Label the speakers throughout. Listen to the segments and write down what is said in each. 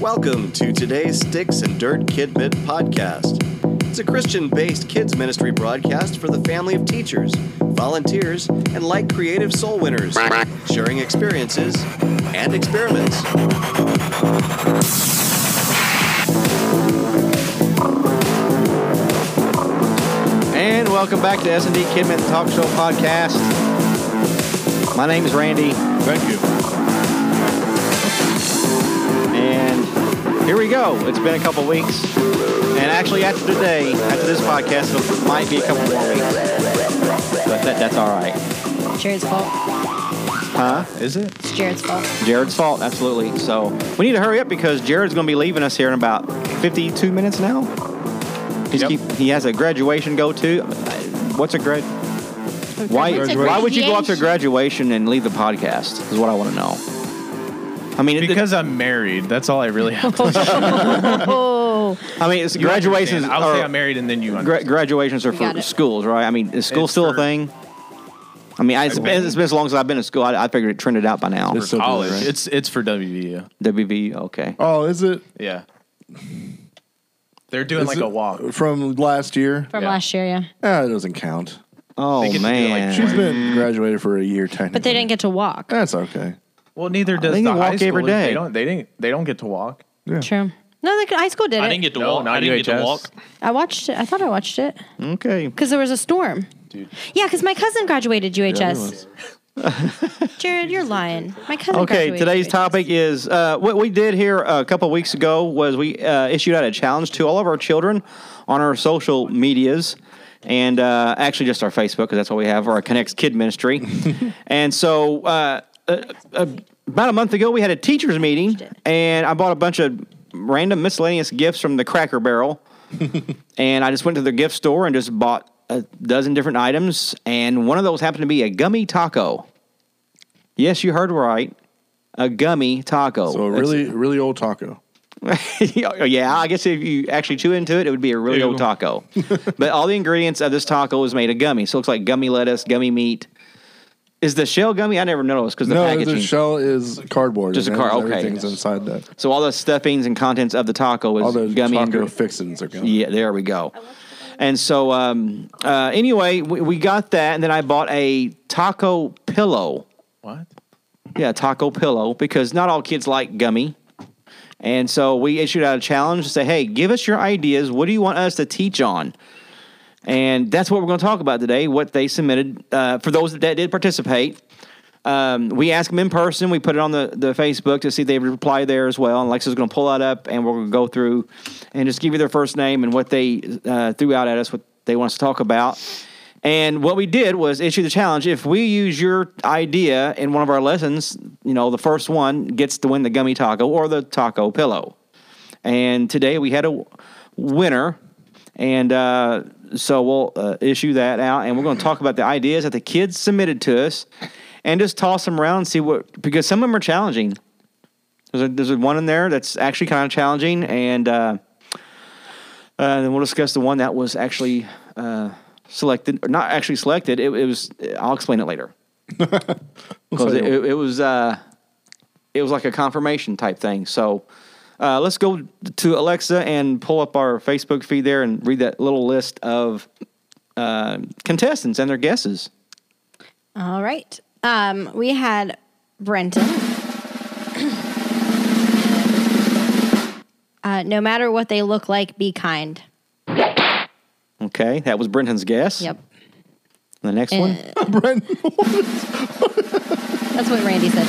Speaker 1: Welcome to today's Sticks and Dirt Kid Bit podcast. It's a Christian based kids ministry broadcast for the family of teachers, volunteers, and like creative soul winners, sharing experiences and experiments.
Speaker 2: And welcome back to S&D Kidman Talk Show Podcast. My name is Randy,
Speaker 3: Thank you.
Speaker 2: and here we go. It's been a couple weeks, and actually after today, after this podcast, it might be a couple more weeks, but that, that's all right.
Speaker 4: Jared's fault.
Speaker 2: Huh? Is it?
Speaker 4: It's Jared's fault.
Speaker 2: Jared's fault, absolutely. So we need to hurry up because Jared's going to be leaving us here in about 52 minutes now. He's
Speaker 3: Yep.
Speaker 2: keep, he has a graduation go to. What's a grad? Why,
Speaker 4: It's a
Speaker 2: why would you go up to
Speaker 4: graduation.
Speaker 2: graduation and leave the podcast? Is what I want to know. I mean, it-
Speaker 3: Because I'm married, that's all I really have. To
Speaker 4: Oh,
Speaker 2: I mean, it's graduations.
Speaker 3: understand. I'll say
Speaker 2: are-
Speaker 3: I'm married, and then you.
Speaker 2: gra-
Speaker 3: understand.
Speaker 2: graduations are
Speaker 4: We
Speaker 2: for
Speaker 4: got it.
Speaker 2: schools, right? I mean, is school
Speaker 3: It's
Speaker 2: still a
Speaker 3: for-
Speaker 2: thing? I mean, I, it's, been, it's been so long since I've been in school. I, I figured it trended out by now.
Speaker 5: It's so
Speaker 3: college.
Speaker 5: good, right?
Speaker 3: It's it's for WVU.
Speaker 2: WV, okay.
Speaker 5: oh, is it?
Speaker 3: Yeah. They're doing
Speaker 5: Is
Speaker 3: like
Speaker 5: it
Speaker 3: a walk.
Speaker 5: from last year?
Speaker 4: from
Speaker 3: Yeah.
Speaker 4: last year, yeah.
Speaker 5: Ah, it doesn't count.
Speaker 2: Oh
Speaker 3: get to do, like,
Speaker 2: man,
Speaker 5: She's been graduated for a year technically.
Speaker 4: But they didn't get to walk.
Speaker 5: That's okay.
Speaker 3: Well, neither does
Speaker 2: can
Speaker 3: the
Speaker 2: walk
Speaker 3: high school.
Speaker 2: every day.
Speaker 3: They don't. They didn't. They don't get to walk.
Speaker 5: Yeah.
Speaker 4: True. No, the high school did it.
Speaker 6: I didn't get to
Speaker 3: No,
Speaker 6: walk.
Speaker 3: not
Speaker 6: I didn't get to
Speaker 3: UHS.
Speaker 6: walk.
Speaker 4: I watched it. I thought I watched it
Speaker 2: okay.
Speaker 4: because there was a storm. Dude. Yeah, because my cousin graduated UHS. Jared, you're lying. My cousin.
Speaker 2: Okay,
Speaker 4: graduated
Speaker 2: today's
Speaker 4: UHS.
Speaker 2: topic is uh, what we did here a couple weeks ago was we uh, issued out a challenge to all of our children on our social medias and uh, actually just our Facebook because that's what we have, our Connects Kid Ministry. and so uh, uh, uh, about a month ago, we had a teachers meeting and I bought a bunch of random miscellaneous gifts from the Cracker Barrel. and I just went to the gift store and just bought a dozen different items. And one of those happened to be a gummy taco. Yes, you heard right. A gummy taco.
Speaker 5: So a really, really old taco.
Speaker 2: yeah, I guess if you actually chew into it, it would be a really
Speaker 6: Ew.
Speaker 2: old taco. but all the ingredients of this taco was made of gummy. So it looks like gummy lettuce, gummy meat. Is the shell gummy? I never noticed because the
Speaker 5: no,
Speaker 2: packaging.
Speaker 5: the shell is cardboard.
Speaker 2: Just
Speaker 5: and
Speaker 2: a car- okay.
Speaker 5: Everything's inside that.
Speaker 2: so all the stuffings and contents of the taco
Speaker 5: All
Speaker 2: is
Speaker 5: the
Speaker 2: gummy
Speaker 5: taco
Speaker 2: ingredients.
Speaker 5: fixings are gone.
Speaker 2: Yeah, there we go. And so, um, uh, anyway, we, we got that, and then I bought a taco pillow.
Speaker 4: Uh,
Speaker 3: What?
Speaker 2: Yeah, taco pillow because not all kids like gummy. And so we issued out a challenge to say, hey, give us your ideas. What do you want us to teach on? And that's what we're going to talk about today, what they submitted uh, for those that did participate. Um, we asked them in person. We put it on the, the Facebook to see if they reply there as well. And Lexi's going to pull that up and we're going to go through and just give you their first name and what they uh, threw out at us, what they want us to talk about. And what we did was issue the challenge. If we use your idea in one of our lessons, you know, the first one gets to win the gummy taco or the taco pillow. And today we had a w- winner. And uh, so we'll uh, issue that out. And we're going to talk about the ideas that the kids submitted to us and just toss them around and see what, because some of them are challenging. There's, a, there's a one in there that's actually kind of challenging. And, uh, uh, then we'll discuss the one that was actually uh, selected, or not actually selected. It, it was. I'll explain it later. Because it, it, it was. Uh, it was like a confirmation type thing. So uh, let's go to Alexa and pull up our Facebook feed there and read that little list of uh, contestants and their guesses.
Speaker 4: All right. Um, we had Brenton. uh, no matter what they look like, be kind.
Speaker 2: Okay, that was Brenton's guess.
Speaker 4: Yep.
Speaker 2: The next one.
Speaker 4: Uh, That's what Randy said.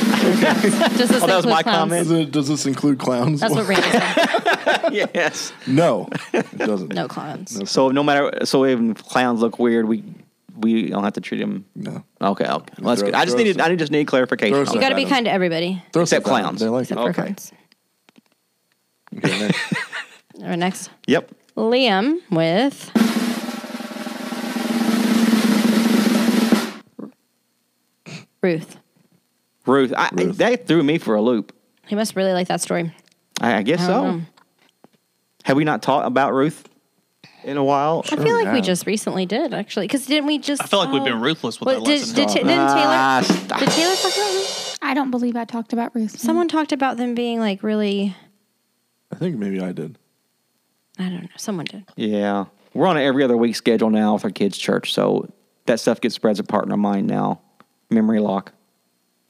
Speaker 4: Does this
Speaker 2: Oh, that was
Speaker 4: include
Speaker 2: my
Speaker 4: clowns?
Speaker 2: comment.
Speaker 5: Is it, does this include clowns?
Speaker 4: That's what Randy said.
Speaker 2: yes.
Speaker 5: no, it doesn't.
Speaker 4: No clowns.
Speaker 2: So no matter. So even clowns look weird. We we don't have to treat them
Speaker 5: No.
Speaker 2: Okay, okay. Well, that's
Speaker 5: Throw-
Speaker 2: good. I just
Speaker 5: throw
Speaker 2: needed,
Speaker 5: some-
Speaker 2: I just need clarification.
Speaker 5: throw
Speaker 2: on
Speaker 5: some-
Speaker 4: You
Speaker 2: that.
Speaker 4: got to be
Speaker 5: Adam.
Speaker 4: kind to everybody.
Speaker 5: Throw
Speaker 2: Except
Speaker 5: stuff at
Speaker 2: clowns.
Speaker 5: them. They like it.
Speaker 4: Except for
Speaker 2: Okay.
Speaker 4: clowns.
Speaker 5: Okay, next.
Speaker 4: Or next.
Speaker 2: Yep.
Speaker 4: Liam with. Ruth.
Speaker 2: Ruth, I, I-
Speaker 5: Ruth.
Speaker 2: that threw me for a loop.
Speaker 4: He must really like that story.
Speaker 2: I, I guess
Speaker 4: I
Speaker 2: so.
Speaker 4: don't know.
Speaker 2: Have we not talked about Ruth in a while?
Speaker 4: I feel like we
Speaker 5: yeah.
Speaker 4: just recently did, actually. Because didn't we just.
Speaker 6: I feel like we've been
Speaker 4: uh,
Speaker 6: ruthless with
Speaker 4: What,
Speaker 6: that
Speaker 4: did,
Speaker 6: lesson.
Speaker 4: did, Ta- didn't
Speaker 2: Ah,
Speaker 4: Taylor,
Speaker 2: stop.
Speaker 4: did Taylor talk about Ruth?
Speaker 7: I don't believe I talked about Ruth.
Speaker 4: Someone talked about them being like really
Speaker 5: I think maybe I did.
Speaker 4: I don't know. Someone did.
Speaker 2: Yeah. We're on an every other week schedule now with our kids' church, so that stuff gets spreads apart in our mind now. Memory lock.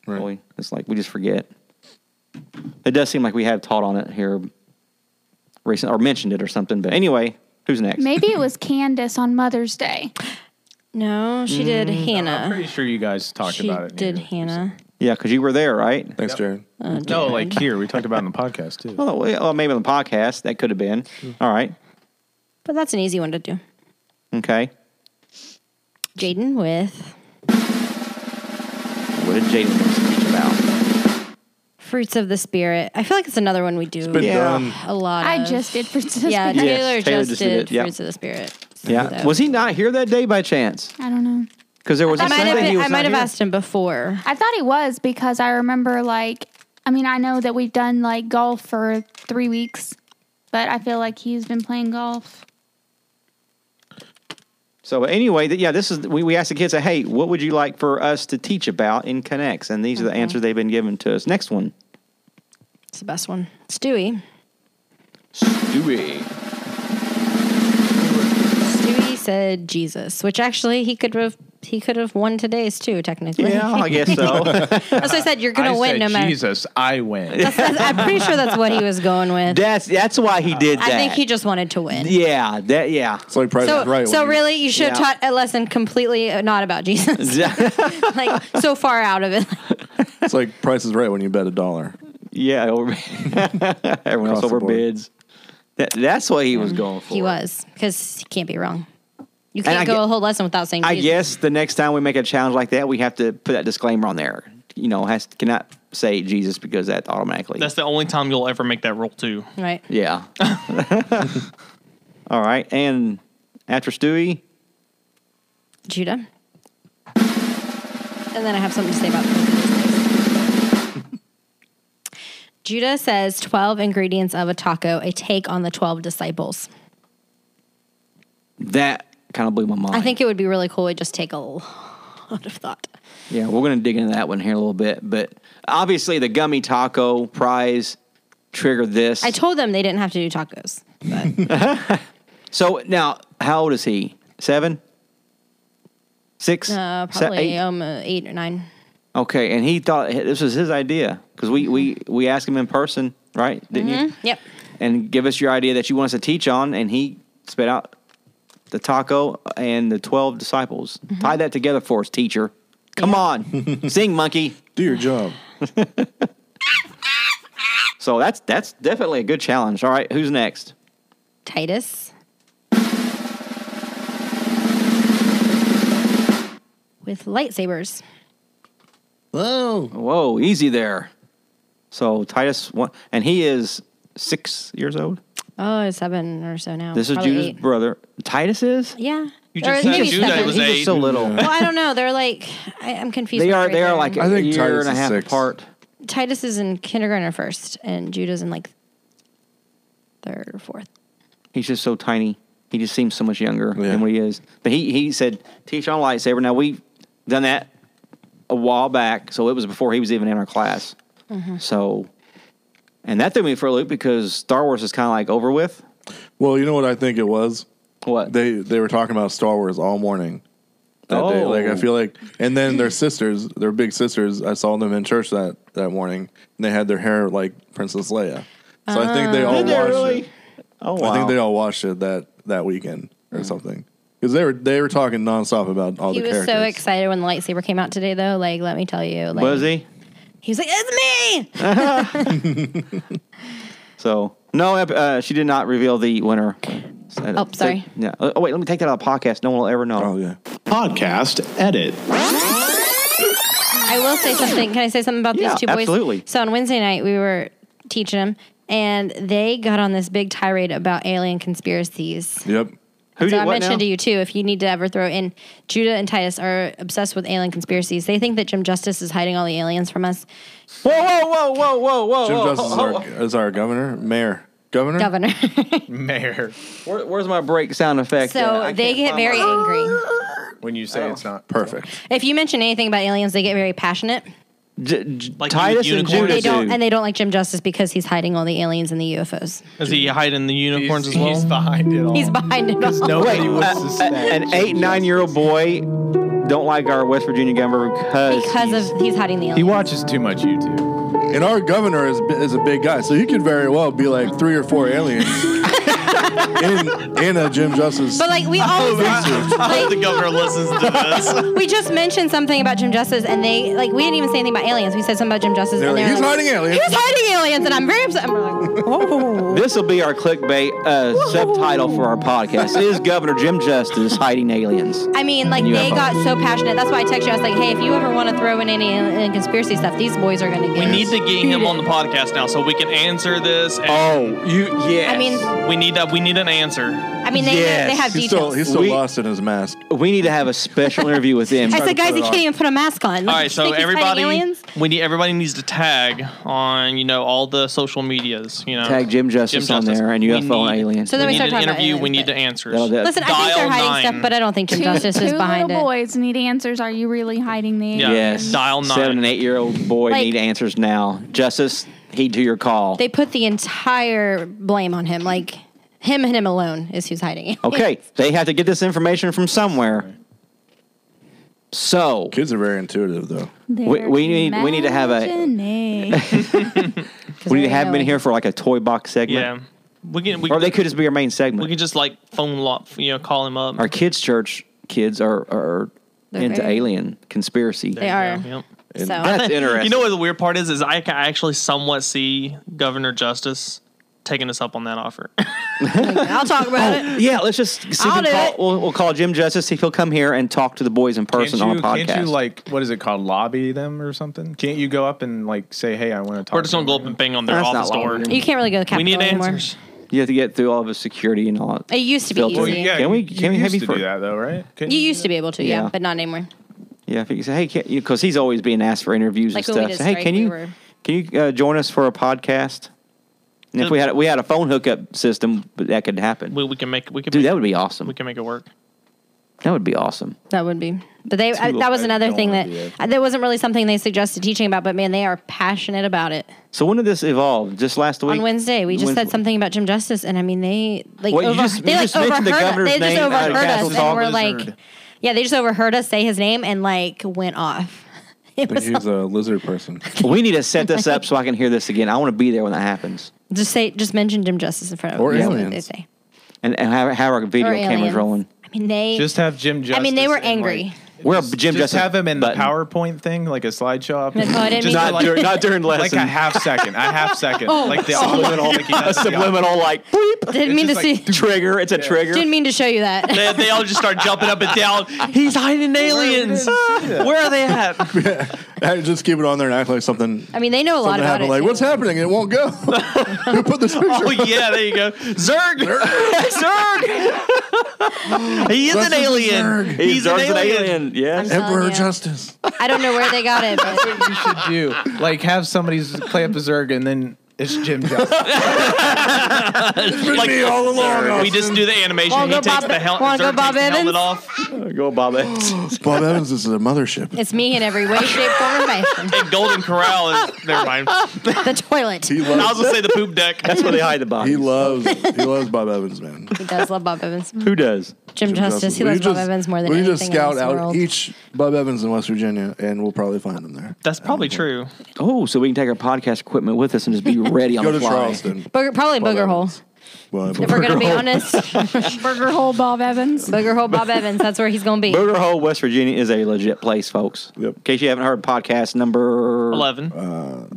Speaker 5: Right.
Speaker 2: Really. It's like we just forget. It does seem like we have taught on it here recent or mentioned it or something. But anyway, who's next?
Speaker 6: Maybe it was Candace on Mother's Day.
Speaker 4: No, she did
Speaker 2: Mm,
Speaker 3: I'm
Speaker 4: Hannah.
Speaker 3: pretty sure you guys talked
Speaker 4: She
Speaker 3: about it.
Speaker 4: did
Speaker 3: Nina.
Speaker 4: Hannah.
Speaker 2: Yeah, because you were there, right?
Speaker 5: Thanks, Jared.
Speaker 3: No, like here we talked about it in the podcast too.
Speaker 2: Well, we- oh, maybe on the podcast. That could have been. All right.
Speaker 4: But that's an easy one to do.
Speaker 2: Okay.
Speaker 4: Jaden with
Speaker 2: What did Jaden want us to teach about?
Speaker 4: Fruits of the Spirit. I feel like it's another one we do
Speaker 5: Been
Speaker 2: Yeah.
Speaker 5: done.
Speaker 4: a lot.
Speaker 6: I
Speaker 4: of.
Speaker 6: just did for
Speaker 4: Uh, Yeah,
Speaker 6: I
Speaker 2: Yes, Taylor
Speaker 4: Taylor, just,
Speaker 2: just did
Speaker 4: did,
Speaker 2: it, yeah.
Speaker 4: Fruits of the Spirit.
Speaker 2: Yeah.
Speaker 4: So-
Speaker 2: Was he not here that day by chance?
Speaker 6: don't know.
Speaker 2: Because there was
Speaker 4: I
Speaker 2: a
Speaker 4: might have,
Speaker 2: Sunday he
Speaker 4: been-
Speaker 2: was
Speaker 4: I might
Speaker 2: not
Speaker 4: have
Speaker 2: here.
Speaker 4: asked him before.
Speaker 6: I thought he was because I remember like I mean I know that we've done like golf for three weeks, but I feel like he's been playing golf.
Speaker 2: So anyway, th- yeah, this is we, we asked the kids, hey, what would you like for us to teach about in Connects? And these are the answers they've been given to us. Next one,
Speaker 4: It's the best one. Stewie.
Speaker 2: Stewie.
Speaker 4: Stewie said Jesus, which actually he could have he could have won today's too, technically.
Speaker 2: Yeah, I guess so.
Speaker 4: that's what I said. You're gonna
Speaker 3: I
Speaker 4: win
Speaker 3: said,
Speaker 4: no matter.
Speaker 3: Jesus, I win.
Speaker 4: That's, that's, I'm pretty sure that's what he was going with.
Speaker 2: that's that's why he did that.
Speaker 4: I think he just wanted to win.
Speaker 2: Yeah, that yeah.
Speaker 5: It's like Price
Speaker 4: So,
Speaker 5: is Right.
Speaker 4: so
Speaker 5: when you-
Speaker 4: really, you should have
Speaker 2: Yeah.
Speaker 4: taught a lesson completely not about Jesus. like so far out of it.
Speaker 5: It's like Price is Right when you bet a dollar.
Speaker 2: yeah, over, everyone
Speaker 5: Across
Speaker 2: else
Speaker 5: the board.
Speaker 2: overbids. That, that's what he was going for.
Speaker 4: Mm. he was because he can't be wrong. You
Speaker 2: And I
Speaker 4: can't go
Speaker 2: ge-
Speaker 4: a whole lesson without saying.
Speaker 2: I
Speaker 4: Jesus.
Speaker 2: guess the next time we make a challenge like that, we have to put that disclaimer on there. You know, has cannot say Jesus because that automatically.
Speaker 7: That's the only time you'll ever make that rule too.
Speaker 4: right.
Speaker 2: yeah. All right, and after Stewie.
Speaker 4: Judah. And then I have something to say about Thursdays. Judah says 12 ingredients of a taco, a take on the 12 disciples.
Speaker 2: That kind of blew my mind.
Speaker 4: I think it would be really cool. It just take a lot of thought.
Speaker 2: Yeah, we're going to dig into that one here in a little bit. But obviously, the gummy taco prize triggered this.
Speaker 4: I told them they didn't have to do tacos.
Speaker 2: so now, how old is he? Seven? Six?
Speaker 4: Uh,
Speaker 2: Se-
Speaker 4: probably
Speaker 2: eight?
Speaker 4: um, uh, eight or nine.
Speaker 2: Okay, and he thought this was his idea because we, we, we asked him in person, right? Didn't you?
Speaker 4: Yep.
Speaker 2: And give us your idea that you want us to teach on. And he spit out the taco and the 12 disciples.
Speaker 4: Mm-hmm.
Speaker 2: Tie that together for us, teacher. Come on, sing, monkey.
Speaker 5: Do your job.
Speaker 2: So that's that's definitely a good challenge. All right, who's next?
Speaker 4: Titus. With lightsabers. Oh.
Speaker 5: Whoa.
Speaker 2: Whoa, easy there. So Titus, one, and he is six years old.
Speaker 4: Oh, seven or so now.
Speaker 2: This is
Speaker 4: Probably
Speaker 2: Judah's
Speaker 4: eight.
Speaker 2: brother. Titus is.
Speaker 4: Yeah.
Speaker 7: You
Speaker 4: Or
Speaker 7: just said
Speaker 4: maybe
Speaker 7: Judah
Speaker 4: seven.
Speaker 7: was
Speaker 2: He's just
Speaker 7: eight. uh,
Speaker 2: so little.
Speaker 4: Well, I don't know. They're like I, I'm confused.
Speaker 2: They
Speaker 4: with
Speaker 2: are. They are like
Speaker 4: everything.
Speaker 5: I
Speaker 2: a
Speaker 5: think
Speaker 2: year
Speaker 5: Titus
Speaker 2: and a
Speaker 5: is
Speaker 2: half
Speaker 5: six.
Speaker 2: apart.
Speaker 4: Titus is in kindergarten or first, and Judah's in like third or fourth.
Speaker 2: He's just so tiny. He just seems so much younger
Speaker 5: Yeah.
Speaker 2: than what he is. But he he said teach on lightsaber. Now we've done that a while back, so it was before he was even in our class. Mm-hmm. So, and that threw me for a loop because Star Wars is kind of like over with.
Speaker 5: Well, you know what I think it was?
Speaker 2: What
Speaker 5: They they were talking about Star Wars all morning that day. Like I
Speaker 2: Oh.
Speaker 5: feel like, and then their sisters, their big sisters. I saw them in church that that morning, and they had their hair like Princess Leia. So I think they all
Speaker 2: Ah. Did they
Speaker 5: watched
Speaker 2: really?
Speaker 5: it.
Speaker 2: Oh wow.
Speaker 5: I think they all watched it that that weekend or
Speaker 2: Mm.
Speaker 5: something. Because they were they were talking nonstop about all
Speaker 4: he
Speaker 5: the
Speaker 4: was
Speaker 5: characters.
Speaker 4: so excited when the lightsaber came out today, though. Like, let me tell you, like,
Speaker 2: was he?
Speaker 4: He was like, "It's me."
Speaker 2: So no, uh, she did not reveal the winner.
Speaker 4: Oh, sorry.
Speaker 2: Yeah. Oh wait, let me take that out of the podcast. No one will ever know.
Speaker 5: Oh yeah,
Speaker 8: Podcast edit.
Speaker 4: I will say something. Can I say something about
Speaker 2: Yeah,
Speaker 4: these two boys?
Speaker 2: absolutely.
Speaker 4: So on Wednesday night, we were teaching them, and they got on this big tirade about alien conspiracies.
Speaker 5: yep.
Speaker 2: Who
Speaker 4: so
Speaker 2: did
Speaker 4: I
Speaker 2: what
Speaker 4: mentioned
Speaker 2: now?
Speaker 4: to you too, if you need to ever throw in, Judah and Titus are obsessed with alien conspiracies. They think that Jim Justice is hiding all the aliens from us.
Speaker 2: Whoa, whoa, whoa, whoa, whoa, whoa!
Speaker 5: Jim
Speaker 2: whoa,
Speaker 5: Justice is
Speaker 2: whoa,
Speaker 5: our,
Speaker 2: whoa.
Speaker 5: is our governor, mayor, governor.
Speaker 4: Governor.
Speaker 3: Mayor,
Speaker 2: Where, where's my break sound effect? at? I
Speaker 4: so they
Speaker 2: can't
Speaker 4: get
Speaker 2: find
Speaker 4: very
Speaker 2: my-
Speaker 4: angry.
Speaker 3: when you say it's not
Speaker 2: Oh.
Speaker 5: Perfect.
Speaker 4: If you mention anything about aliens, they get very passionate.
Speaker 2: J- J-
Speaker 7: Like
Speaker 2: Titus
Speaker 7: you
Speaker 2: and
Speaker 7: unicorn?
Speaker 2: Judah
Speaker 4: They
Speaker 7: They
Speaker 4: don't,
Speaker 2: do.
Speaker 4: and they don't like Jim Justice because he's hiding all the aliens and the UFOs.
Speaker 7: Is he hiding the unicorns
Speaker 3: he's,
Speaker 7: as well?
Speaker 3: He's behind it
Speaker 2: Oh.
Speaker 3: all.
Speaker 4: He's behind it all.
Speaker 3: Nobody
Speaker 2: Wait,
Speaker 3: would
Speaker 2: uh,
Speaker 3: suspect.
Speaker 2: an eight, nine year old boy don't like our West Virginia governor because,
Speaker 4: because of he's hiding the aliens.
Speaker 3: he watches too much YouTube.
Speaker 5: And our governor is is a big guy, so he could very well be like three or four aliens in in a Jim Justice.
Speaker 4: But like we always
Speaker 7: I hope the governor listens to this.
Speaker 4: we just mentioned something about Jim Justice and they like we didn't even say anything about aliens. We said something about Jim Justice
Speaker 5: They're
Speaker 4: and
Speaker 5: like,
Speaker 4: they're
Speaker 5: he's
Speaker 4: like,
Speaker 5: hiding aliens.
Speaker 4: He was hiding aliens and I'm very upset. And we're like, oh.
Speaker 2: This will be our clickbait uh, subtitle for our podcast. Is Governor Jim Justice hiding aliens?
Speaker 4: I mean, like they
Speaker 2: UFOs.
Speaker 4: got so passionate. That's why I texted you. I was like, hey, if you ever want to throw in any alien conspiracy stuff, these boys are gonna get.
Speaker 7: We need to get him on the podcast now so we can answer this. And
Speaker 2: Oh, you yeah.
Speaker 4: I mean,
Speaker 2: Oh.
Speaker 7: we need that. We need an answer.
Speaker 4: I mean, they
Speaker 2: Yes.
Speaker 4: they have
Speaker 5: he's
Speaker 4: details.
Speaker 5: still he's still
Speaker 2: We-
Speaker 5: lost in his mask.
Speaker 2: we need to have a special interview with him.
Speaker 4: I said,
Speaker 5: to
Speaker 4: guys,
Speaker 5: put
Speaker 4: he
Speaker 5: it
Speaker 4: can't
Speaker 5: on.
Speaker 4: even put a mask on.
Speaker 7: All right,
Speaker 4: You
Speaker 7: so
Speaker 4: think he's fighting
Speaker 7: everybody,
Speaker 4: alians?
Speaker 7: we need everybody needs to tag on you know all the social medias. You know,
Speaker 2: Tag Jim Justice on there and
Speaker 7: We
Speaker 2: UFO and
Speaker 7: need-
Speaker 2: aliens.
Speaker 4: So then we
Speaker 7: We need
Speaker 4: start
Speaker 7: an
Speaker 4: talking about
Speaker 7: interview.
Speaker 4: aliens,
Speaker 7: We
Speaker 4: but-
Speaker 7: need the answers.
Speaker 2: That'll do it.
Speaker 4: Listen, I think they're
Speaker 7: Dial
Speaker 4: hiding
Speaker 7: nine.
Speaker 4: stuff, but I don't think Jim Justice is behind
Speaker 6: little
Speaker 4: it.
Speaker 6: boys need answers. Are you really hiding the
Speaker 7: Yeah.
Speaker 2: yes,
Speaker 7: Dial nine.
Speaker 2: Seven and eight year old boy
Speaker 4: Like-
Speaker 2: need answers now. Justice, heed to your call.
Speaker 4: They put the entire blame on him. Like him and him alone is who's hiding. it.
Speaker 2: okay, they have to get this information from somewhere. So
Speaker 5: Kids are very intuitive though.
Speaker 2: we, we need we need to have a we
Speaker 6: a.
Speaker 2: need to
Speaker 4: There
Speaker 2: have
Speaker 4: you
Speaker 2: been
Speaker 4: go.
Speaker 2: here for like a toy box segment.
Speaker 7: Yeah, we can. We,
Speaker 2: Or they could just be our main
Speaker 7: we
Speaker 2: segment.
Speaker 7: can just like phone lot. You know, call him up.
Speaker 2: our kids' church kids are are
Speaker 4: They're
Speaker 2: into
Speaker 4: very-
Speaker 2: alien conspiracy.
Speaker 4: They are.
Speaker 7: Yep.
Speaker 4: So
Speaker 2: That's interesting.
Speaker 7: You know what the weird part is? Is I can actually somewhat see Governor Justice taking us up on that offer.
Speaker 4: I'll talk about it.
Speaker 2: yeah, let's just see if
Speaker 4: I'll
Speaker 2: we
Speaker 4: do
Speaker 2: call,
Speaker 4: it.
Speaker 2: we'll, we'll call Jim Justice. See if he'll come here and talk to the boys in person
Speaker 3: can't
Speaker 2: on
Speaker 3: you,
Speaker 2: a podcast.
Speaker 3: Can't you like what is it called? Lobby them or something? Can't you go up and like say, "Hey, I want to talk"?
Speaker 7: We're just
Speaker 3: to
Speaker 7: gonna go
Speaker 3: you"?
Speaker 7: up and bang on their
Speaker 2: That's not
Speaker 7: office door.
Speaker 2: long.
Speaker 4: You can't really go to the Capitol
Speaker 7: We need
Speaker 4: anymore.
Speaker 7: answers.
Speaker 2: you have to get through all of his security and all.
Speaker 4: It used to be
Speaker 2: Filters.
Speaker 3: Well,
Speaker 4: easy.
Speaker 3: yeah,
Speaker 2: Can we-
Speaker 3: you-
Speaker 2: can we
Speaker 3: you
Speaker 2: have
Speaker 3: used
Speaker 2: you
Speaker 3: to
Speaker 2: for-
Speaker 3: do that though, right? Couldn't
Speaker 4: You used to be able to, yeah,
Speaker 2: Yeah.
Speaker 4: but not anymore.
Speaker 2: Yeah, if you say, hey, can because he's always being asked for interviews
Speaker 4: Like
Speaker 2: and
Speaker 4: when we
Speaker 2: stuff.
Speaker 4: did
Speaker 2: So, hey,
Speaker 4: strike,
Speaker 2: can
Speaker 4: we
Speaker 2: you
Speaker 4: were-
Speaker 2: can you uh, join us for a podcast? And if we had we had a phone hookup system, but that could happen.
Speaker 7: We, we can make. We can.
Speaker 2: Dude,
Speaker 7: make,
Speaker 2: that would be awesome.
Speaker 7: We can make it work.
Speaker 2: That would be awesome.
Speaker 4: That would be. But they I,
Speaker 3: Two,
Speaker 4: that was
Speaker 3: I
Speaker 4: another
Speaker 3: don't
Speaker 4: thing
Speaker 3: wanna
Speaker 4: that
Speaker 3: do it.
Speaker 4: uh, there wasn't really something they suggested teaching about, but man, they are passionate about it.
Speaker 2: So when did this evolve? Just last week
Speaker 4: On Wednesday, we just
Speaker 2: Wednesday.
Speaker 4: said something about Jim Justice, and I mean, they like
Speaker 2: Well, you
Speaker 4: over,
Speaker 2: just-
Speaker 4: they
Speaker 2: you
Speaker 4: like
Speaker 2: just
Speaker 4: overheard
Speaker 2: mentioned the
Speaker 4: us.
Speaker 2: governor's
Speaker 4: They just
Speaker 2: name out of
Speaker 4: overheard
Speaker 2: Castle
Speaker 4: us, and
Speaker 2: Talk
Speaker 4: were like,
Speaker 3: Lizard.
Speaker 4: yeah, they just overheard us say his name and like went off. It
Speaker 5: But
Speaker 4: was
Speaker 5: he's a lizard person.
Speaker 2: We need to set this up so I can hear this again. I want to be there when that happens.
Speaker 4: just say just mention Jim Justice in front of
Speaker 5: Or
Speaker 4: them. That's what
Speaker 5: aliens.
Speaker 4: They say.
Speaker 2: And, and have, have our video
Speaker 4: Or
Speaker 2: cameras
Speaker 4: aliens.
Speaker 2: rolling.
Speaker 4: I mean, they
Speaker 3: Just have Jim Justice.
Speaker 4: I mean, they were
Speaker 3: and,
Speaker 4: angry.
Speaker 3: like,
Speaker 2: We're
Speaker 3: just,
Speaker 2: a Jim
Speaker 3: just
Speaker 2: Justice
Speaker 3: have him in
Speaker 2: button.
Speaker 3: the PowerPoint thing, like a slideshow. up.
Speaker 4: That's all I didn't mean
Speaker 3: Just
Speaker 4: to-
Speaker 2: Not
Speaker 3: like,
Speaker 2: during, not during
Speaker 3: like
Speaker 2: lesson.
Speaker 3: a half second, a half second, like the audio, like he
Speaker 2: a
Speaker 3: does the audio.
Speaker 2: subliminal like bleep
Speaker 4: didn't mean to
Speaker 3: just
Speaker 4: see.
Speaker 3: like-
Speaker 2: trigger. It's a trigger.
Speaker 4: didn't mean to show you that.
Speaker 7: They, they all just start jumping up and down. He's hiding aliens. Where are they at?
Speaker 5: I just keep it on there and act like something.
Speaker 4: I mean, they know a lot
Speaker 5: Something
Speaker 4: about
Speaker 5: happened.
Speaker 4: it.
Speaker 5: Like,
Speaker 4: too.
Speaker 5: what's happening? It won't go. Who put this picture?
Speaker 7: Oh yeah, there you go. Zerg. Zerg. he is an
Speaker 5: Russell's
Speaker 7: alien.
Speaker 5: Zerg.
Speaker 7: He's an
Speaker 2: Dark's an
Speaker 7: alien.
Speaker 2: alien. Yes.
Speaker 4: telling
Speaker 5: Emperor
Speaker 4: you.
Speaker 5: Justice.
Speaker 4: I don't know where they got it. But
Speaker 3: you should do. Like have somebody s- play up a Zerg and then it's Jim Justice.
Speaker 5: It's been me all along.
Speaker 7: We just do the animation.
Speaker 4: Wanna
Speaker 7: he
Speaker 4: go
Speaker 7: takes
Speaker 4: Bob-
Speaker 7: the, hel-
Speaker 4: wanna go
Speaker 7: Zerg takes
Speaker 4: Bob
Speaker 7: the helmet
Speaker 4: Evans?
Speaker 7: off.
Speaker 2: Go Bob Evans.
Speaker 5: Bob Evans is a mothership.
Speaker 4: it's me in every way, shape, form, or fashion.
Speaker 7: And Golden Corral is never mind. I
Speaker 4: The toilet.
Speaker 5: He
Speaker 4: He
Speaker 7: was
Speaker 5: loves.
Speaker 7: gonna say the poop deck.
Speaker 2: That's where they hide the body.
Speaker 5: He loves. He loves Bob Evans, man.
Speaker 4: does love Bob Evans. Jim,
Speaker 2: Who does?
Speaker 4: Justice. He
Speaker 5: Will
Speaker 4: loves
Speaker 5: you
Speaker 4: Bob
Speaker 5: just-
Speaker 4: Evans more than
Speaker 5: will you
Speaker 4: anything
Speaker 5: just scout
Speaker 4: in this
Speaker 5: out
Speaker 4: world.
Speaker 5: each Bob Evans in West Virginia, and we'll probably find him there.
Speaker 7: That's probably
Speaker 3: Mm-hmm.
Speaker 7: true.
Speaker 2: Oh, so we can take our podcast equipment with us and just be ready on
Speaker 5: Go
Speaker 2: the
Speaker 5: to
Speaker 2: fly.
Speaker 5: Charleston.
Speaker 4: Booger, probably
Speaker 5: Bob
Speaker 4: Booger Hole.
Speaker 5: Evans. Well,
Speaker 4: If we're gonna be honest,
Speaker 6: Burger hole, Bob Evans.
Speaker 4: Booger Hole Bob Evans. That's where he's gonna be.
Speaker 2: Burger Hole, West Virginia is a legit place, folks.
Speaker 5: Yep.
Speaker 2: In case you haven't heard podcast number
Speaker 7: Eleven.
Speaker 2: 11.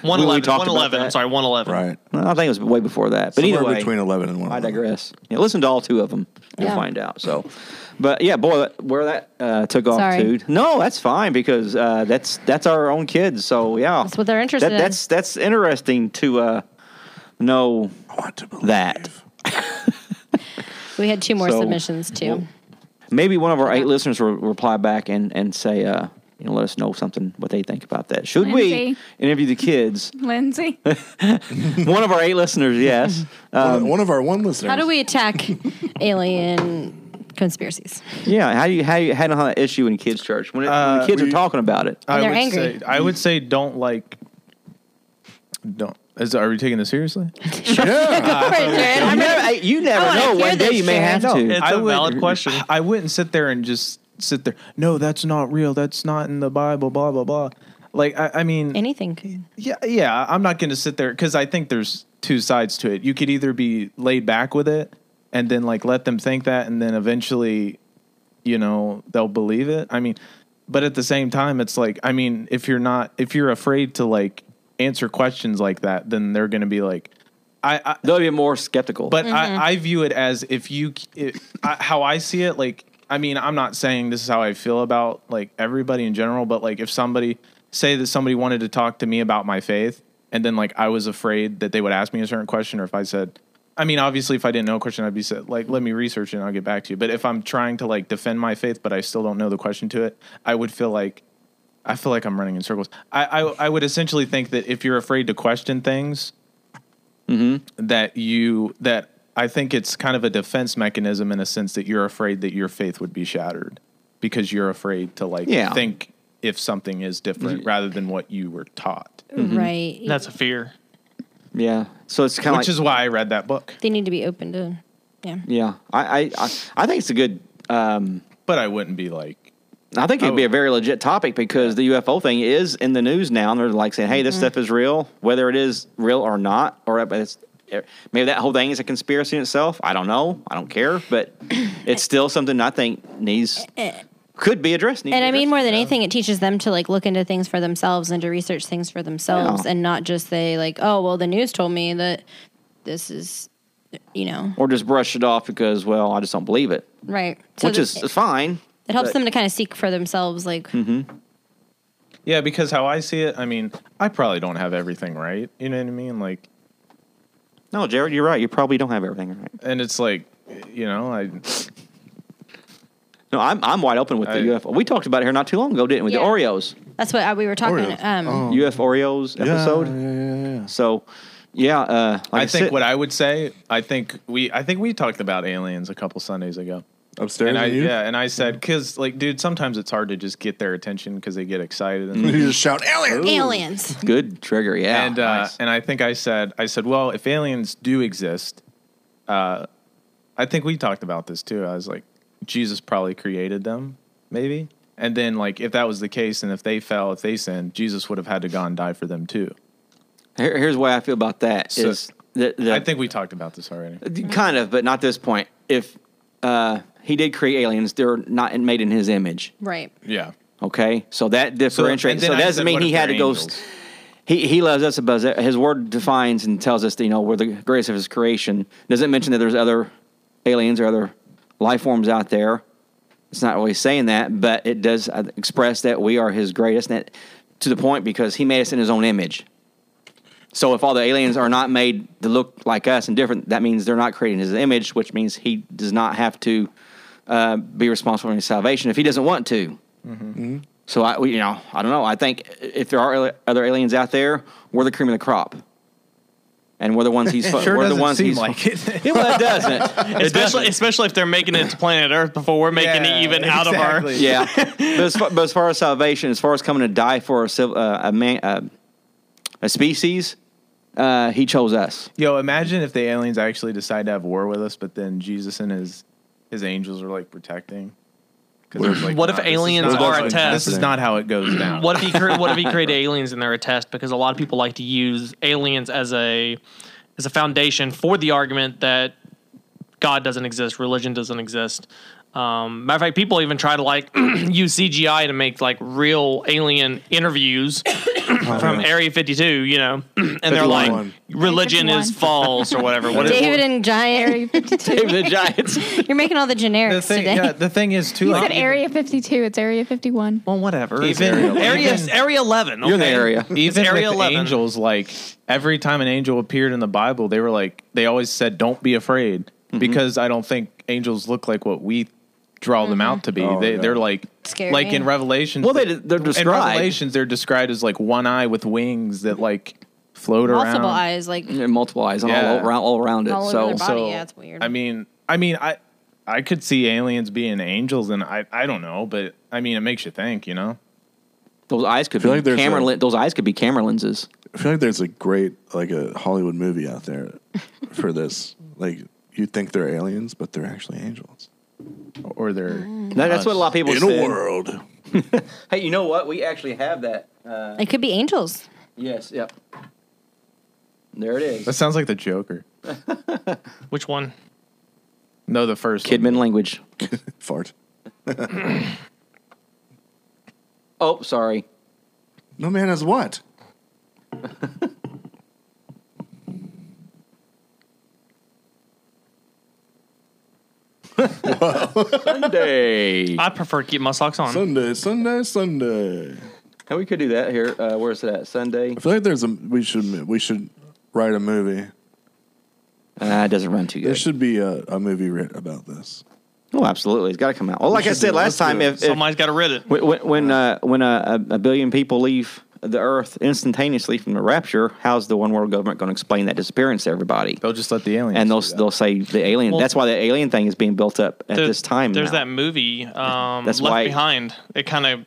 Speaker 7: One
Speaker 2: uh, We- we
Speaker 7: eleven.
Speaker 2: talked
Speaker 7: One
Speaker 2: about
Speaker 7: eleven. I'm
Speaker 2: that.
Speaker 7: sorry. One eleven.
Speaker 5: uh, right.
Speaker 2: No, I think it was way before that. But
Speaker 5: Somewhere
Speaker 2: either way,
Speaker 5: between eleven and one.
Speaker 2: I digress. Yeah, listen to all two of them. You'll
Speaker 4: Yeah.
Speaker 2: find out. So, but yeah, boy, that- where that uh, took off
Speaker 4: Sorry.
Speaker 2: to? No, that's fine because uh, that's that's our own kids. So yeah,
Speaker 4: That's what they're interested in.
Speaker 2: That's that's interesting to uh, know
Speaker 5: I want to believe.
Speaker 2: that.
Speaker 4: We had two more
Speaker 2: So-
Speaker 4: submissions too.
Speaker 2: Maybe one of our eight listeners will reply back and and say, uh, you know, let us know something what they think about that. Should we
Speaker 6: Lindsay.
Speaker 2: interview the kids?
Speaker 6: Lindsay.
Speaker 2: one of our eight listeners, yes. Uh,
Speaker 5: One- one of our one listeners.
Speaker 4: How do we attack alien conspiracies.
Speaker 2: Yeah, how do you how do you handle that issue in kids' church when, it, when the
Speaker 3: Uh,
Speaker 2: kids are
Speaker 5: we-
Speaker 2: talking about it?
Speaker 3: I
Speaker 4: they're
Speaker 3: would
Speaker 4: angry.
Speaker 3: say I would say don't like don't. Is, are we taking this seriously?
Speaker 5: Yeah.
Speaker 4: I'm not-
Speaker 2: Hey, you never
Speaker 4: wanna
Speaker 2: know.
Speaker 4: Oh, hear
Speaker 2: One day
Speaker 4: this,
Speaker 2: you may
Speaker 4: Jared.
Speaker 2: have to.
Speaker 7: It's
Speaker 3: I
Speaker 7: a
Speaker 3: would-
Speaker 7: valid question.
Speaker 3: I wouldn't sit there and just sit there. No, that's not real. That's not in the Bible. Blah blah blah. Like I, I mean,
Speaker 4: Anything.
Speaker 3: Yeah, yeah. I'm not going to sit there because I think there's two sides to it. You could either be laid back with it and then like let them think that, and then eventually, you know, they'll believe it. I mean, but at the same time, it's like, I mean, if you're not, if you're afraid to like answer questions like that, then they're going to be like, I, I
Speaker 2: They'll be more skeptical.
Speaker 3: but I, I view it as if you it, I, how i see it like i mean i'm not saying this is how i feel about like everybody in general but like if somebody say that somebody wanted to talk to me about my faith and then like i was afraid that they would ask me a certain question or if i said i mean obviously if i didn't know a question i'd be said like let me research it and i'll get back to you but if i'm trying to like defend my faith but i still don't know the question to it i would feel like i feel like i'm running in circles i i, I would essentially think that if you're afraid to question things that you that I think it's kind of a defense mechanism in a sense that you're afraid that your faith would be shattered because you're afraid to like
Speaker 2: Yeah.
Speaker 3: think if something is different rather than what you were taught.
Speaker 4: Right.
Speaker 7: That's a fear.
Speaker 2: yeah, so it's kind of
Speaker 3: Which
Speaker 2: like,
Speaker 3: is why I read that book.
Speaker 4: they need to be open to. Yeah.
Speaker 2: yeah. I, I I I think it's a good. Um,
Speaker 3: But I wouldn't be like
Speaker 2: I think
Speaker 4: Oh.
Speaker 2: it'd be a very legit topic because the UFO thing is in the news now, and they're like saying, "Hey, this
Speaker 4: Mm-hmm.
Speaker 2: stuff is real, whether it is real or not, or if it's er, maybe that whole thing is a conspiracy in itself. I don't know. I don't care, but it's still something I think needs could be addressed. needs to
Speaker 4: Eh, And
Speaker 2: be
Speaker 4: I mean,
Speaker 2: addressed.
Speaker 4: more than anything, it teaches them to like look into things for themselves and to research things for themselves
Speaker 2: Yeah.
Speaker 4: and not just say, like, oh, well, the news told me that this is, you know,
Speaker 2: or just brush it off because well, I just don't believe it,
Speaker 4: right.
Speaker 2: which
Speaker 4: th-
Speaker 2: is fine.
Speaker 4: it helps
Speaker 2: but-
Speaker 4: them to kind of seek for themselves, like,
Speaker 3: Yeah, because how I see it, I mean, I probably don't have everything right. You know what I mean? Like
Speaker 2: No, Jared, you're right. You probably don't have everything right.
Speaker 3: and it's like you know, I
Speaker 2: No, I'm I'm wide open with the
Speaker 3: I-
Speaker 2: UFO. We talked about it here not too long ago, didn't we? The
Speaker 4: Yeah.
Speaker 2: Oreos,
Speaker 4: that's what I, we were talking.
Speaker 5: Oreos.
Speaker 4: Um,
Speaker 2: UF Oreos
Speaker 5: Oh. Yeah,
Speaker 2: episode.
Speaker 5: Yeah, yeah, yeah.
Speaker 2: So, yeah, uh, like
Speaker 3: I think
Speaker 2: said-
Speaker 3: what I would say, I think we I think we talked about aliens a couple Sundays ago.
Speaker 5: Upstairs,
Speaker 3: and I,
Speaker 5: you?
Speaker 3: yeah, and I said, because like, dude, sometimes it's hard to just get their attention because they get excited. And,
Speaker 5: You just shout alien.
Speaker 4: aliens.
Speaker 2: good trigger, Mm-hmm. yeah.
Speaker 3: and, uh,
Speaker 2: Nice.
Speaker 3: and I think I said, I said, well, if aliens do exist, uh, I think we talked about this too. I was like, Jesus probably created them, maybe. And then like, if that was the case, and if they fell, if they sinned, Jesus would have had to go and die for them too.
Speaker 2: Here, here's why I feel about that
Speaker 3: So-
Speaker 2: is that, that
Speaker 3: I think we talked about this already.
Speaker 2: kind of, but not this point. If uh, he did create aliens, they're not made in his image.
Speaker 4: Right.
Speaker 3: Yeah.
Speaker 2: Okay, so that differentiates.
Speaker 3: and
Speaker 2: So,
Speaker 3: then I
Speaker 2: that doesn't
Speaker 3: said,
Speaker 2: mean
Speaker 3: what
Speaker 2: he
Speaker 3: if
Speaker 2: had to
Speaker 3: they're
Speaker 2: go.
Speaker 3: angels?
Speaker 2: He, he loves us above that. his word defines and tells us that, you know we're the greatest of his creation. Doesn't mention that there's other aliens or other life forms out there. It's not really saying that, but it does uh, express that we are his greatest. And that, to the point because he made us in his own image. So if all the aliens are not made to look like us and different, that means they're not creating his image, which means he does not have to uh, be responsible for his salvation if he doesn't want to. So I, we, you know, I don't know. I think if there are al- other aliens out there, we're the cream of the crop, and we're the ones he's. fu-
Speaker 3: Sure
Speaker 2: we're the
Speaker 3: doesn't
Speaker 2: ones
Speaker 3: seem
Speaker 2: he's.
Speaker 3: like it.
Speaker 2: Yeah, well, it doesn't.
Speaker 7: Especially, especially if they're making it to planet Earth before we're making
Speaker 3: Yeah,
Speaker 7: it even out of our.
Speaker 3: exactly.
Speaker 2: yeah, but as, far, but as far as salvation, as far as coming to die for a civil, uh, a man, uh, a species, uh, he chose us.
Speaker 3: Yo, imagine if the aliens actually decide to have war with us, but then Jesus and his his angels are like protecting. 'Cause it's like,
Speaker 7: What if
Speaker 3: nah, this is
Speaker 7: aliens
Speaker 3: not-
Speaker 7: are a
Speaker 3: this is-
Speaker 7: test?
Speaker 3: This is not how it goes down.
Speaker 7: What if he cre- what if he created aliens and they're a test? Because a lot of people like to use aliens as a as a foundation for the argument that God doesn't exist, religion doesn't exist. Um, matter of fact, people even try to like use CGI to make like real alien interviews from Area 52, you know, and they're
Speaker 5: 51.
Speaker 7: like, religion is
Speaker 6: 51.
Speaker 7: false or whatever. What is-
Speaker 4: David and Giant.
Speaker 6: Area 52.
Speaker 2: Even the giants.
Speaker 4: You're making all the generics
Speaker 3: the thing?
Speaker 4: today.
Speaker 3: Yeah, the thing is too.
Speaker 6: You
Speaker 3: Like,
Speaker 6: said Area 52. It's Area 51.
Speaker 3: well, whatever.
Speaker 5: Ariel.
Speaker 7: Area
Speaker 3: even-
Speaker 7: Area 11.
Speaker 2: You're in the
Speaker 7: okay?
Speaker 2: area.
Speaker 7: It's
Speaker 3: even
Speaker 7: Area
Speaker 3: with
Speaker 7: 11.
Speaker 3: angels, like every time an angel appeared in the Bible, they were like they always said, "Don't be afraid," because I don't think angels look like what we draw them out to be.
Speaker 5: Oh,
Speaker 3: they
Speaker 5: yeah.
Speaker 3: they're like
Speaker 4: Mm-hmm. Scary.
Speaker 3: like in Revelations.
Speaker 2: Well, they- they're
Speaker 3: in
Speaker 2: described.
Speaker 3: Revelations. They're described as like one eye with wings that like float around.
Speaker 4: Multiple eyes, like
Speaker 2: Multiple eyes on all,
Speaker 3: Yeah.
Speaker 2: around all around it.
Speaker 4: All over
Speaker 2: so
Speaker 4: their body. yeah, it's weird.
Speaker 3: I mean, I mean, I I could see aliens being angels, and I I don't know, but I mean, it makes you think, you know.
Speaker 2: Those eyes could be
Speaker 5: feel like there's
Speaker 2: camera.
Speaker 5: a-
Speaker 2: lin- those eyes could be camera lenses.
Speaker 5: I feel like there's a great like a Hollywood movie out there for this. Like you think they're aliens, but they're actually angels.
Speaker 3: Or they're
Speaker 4: Mm.
Speaker 2: That- that's what a lot of people
Speaker 5: In
Speaker 2: said.
Speaker 5: a world.
Speaker 2: Hey, you know what? We actually have that. Uh,
Speaker 4: It could be angels.
Speaker 2: yes. Yep. There it
Speaker 3: that
Speaker 2: is.
Speaker 3: sounds like the Joker.
Speaker 7: Which one?
Speaker 3: No, the first one.
Speaker 2: Kidman language.
Speaker 5: Fart.
Speaker 2: Oh, sorry.
Speaker 5: No man has what?
Speaker 2: Sunday.
Speaker 7: I prefer to keep my socks on.
Speaker 5: Sunday, Sunday, Sunday.
Speaker 2: And we could do that here. Uh, where's it at? Sunday.
Speaker 5: I feel like there's a we should we should write a movie.
Speaker 2: Ah, it doesn't run too
Speaker 5: There
Speaker 2: good.
Speaker 5: should be a, a movie written about this.
Speaker 2: oh, absolutely. It's got to come out. Well, like I
Speaker 5: should do
Speaker 2: said
Speaker 5: it.
Speaker 2: last
Speaker 5: Let's
Speaker 2: time,
Speaker 5: do it.
Speaker 2: if, if
Speaker 7: Somebody's got to rid it.
Speaker 2: when when when, uh, when a, a a billion people leave the Earth instantaneously from the rapture, how's the one world government going to explain that disappearance to everybody?
Speaker 3: They'll just let the aliens.
Speaker 2: And they'll
Speaker 3: do that.
Speaker 2: they'll say the alien.
Speaker 7: Well-
Speaker 2: that's why the alien thing is being built up at
Speaker 7: There-
Speaker 2: this time.
Speaker 7: There's
Speaker 2: now.
Speaker 7: that movie, um,
Speaker 2: That's
Speaker 7: Left
Speaker 2: why-
Speaker 7: Behind. It kind of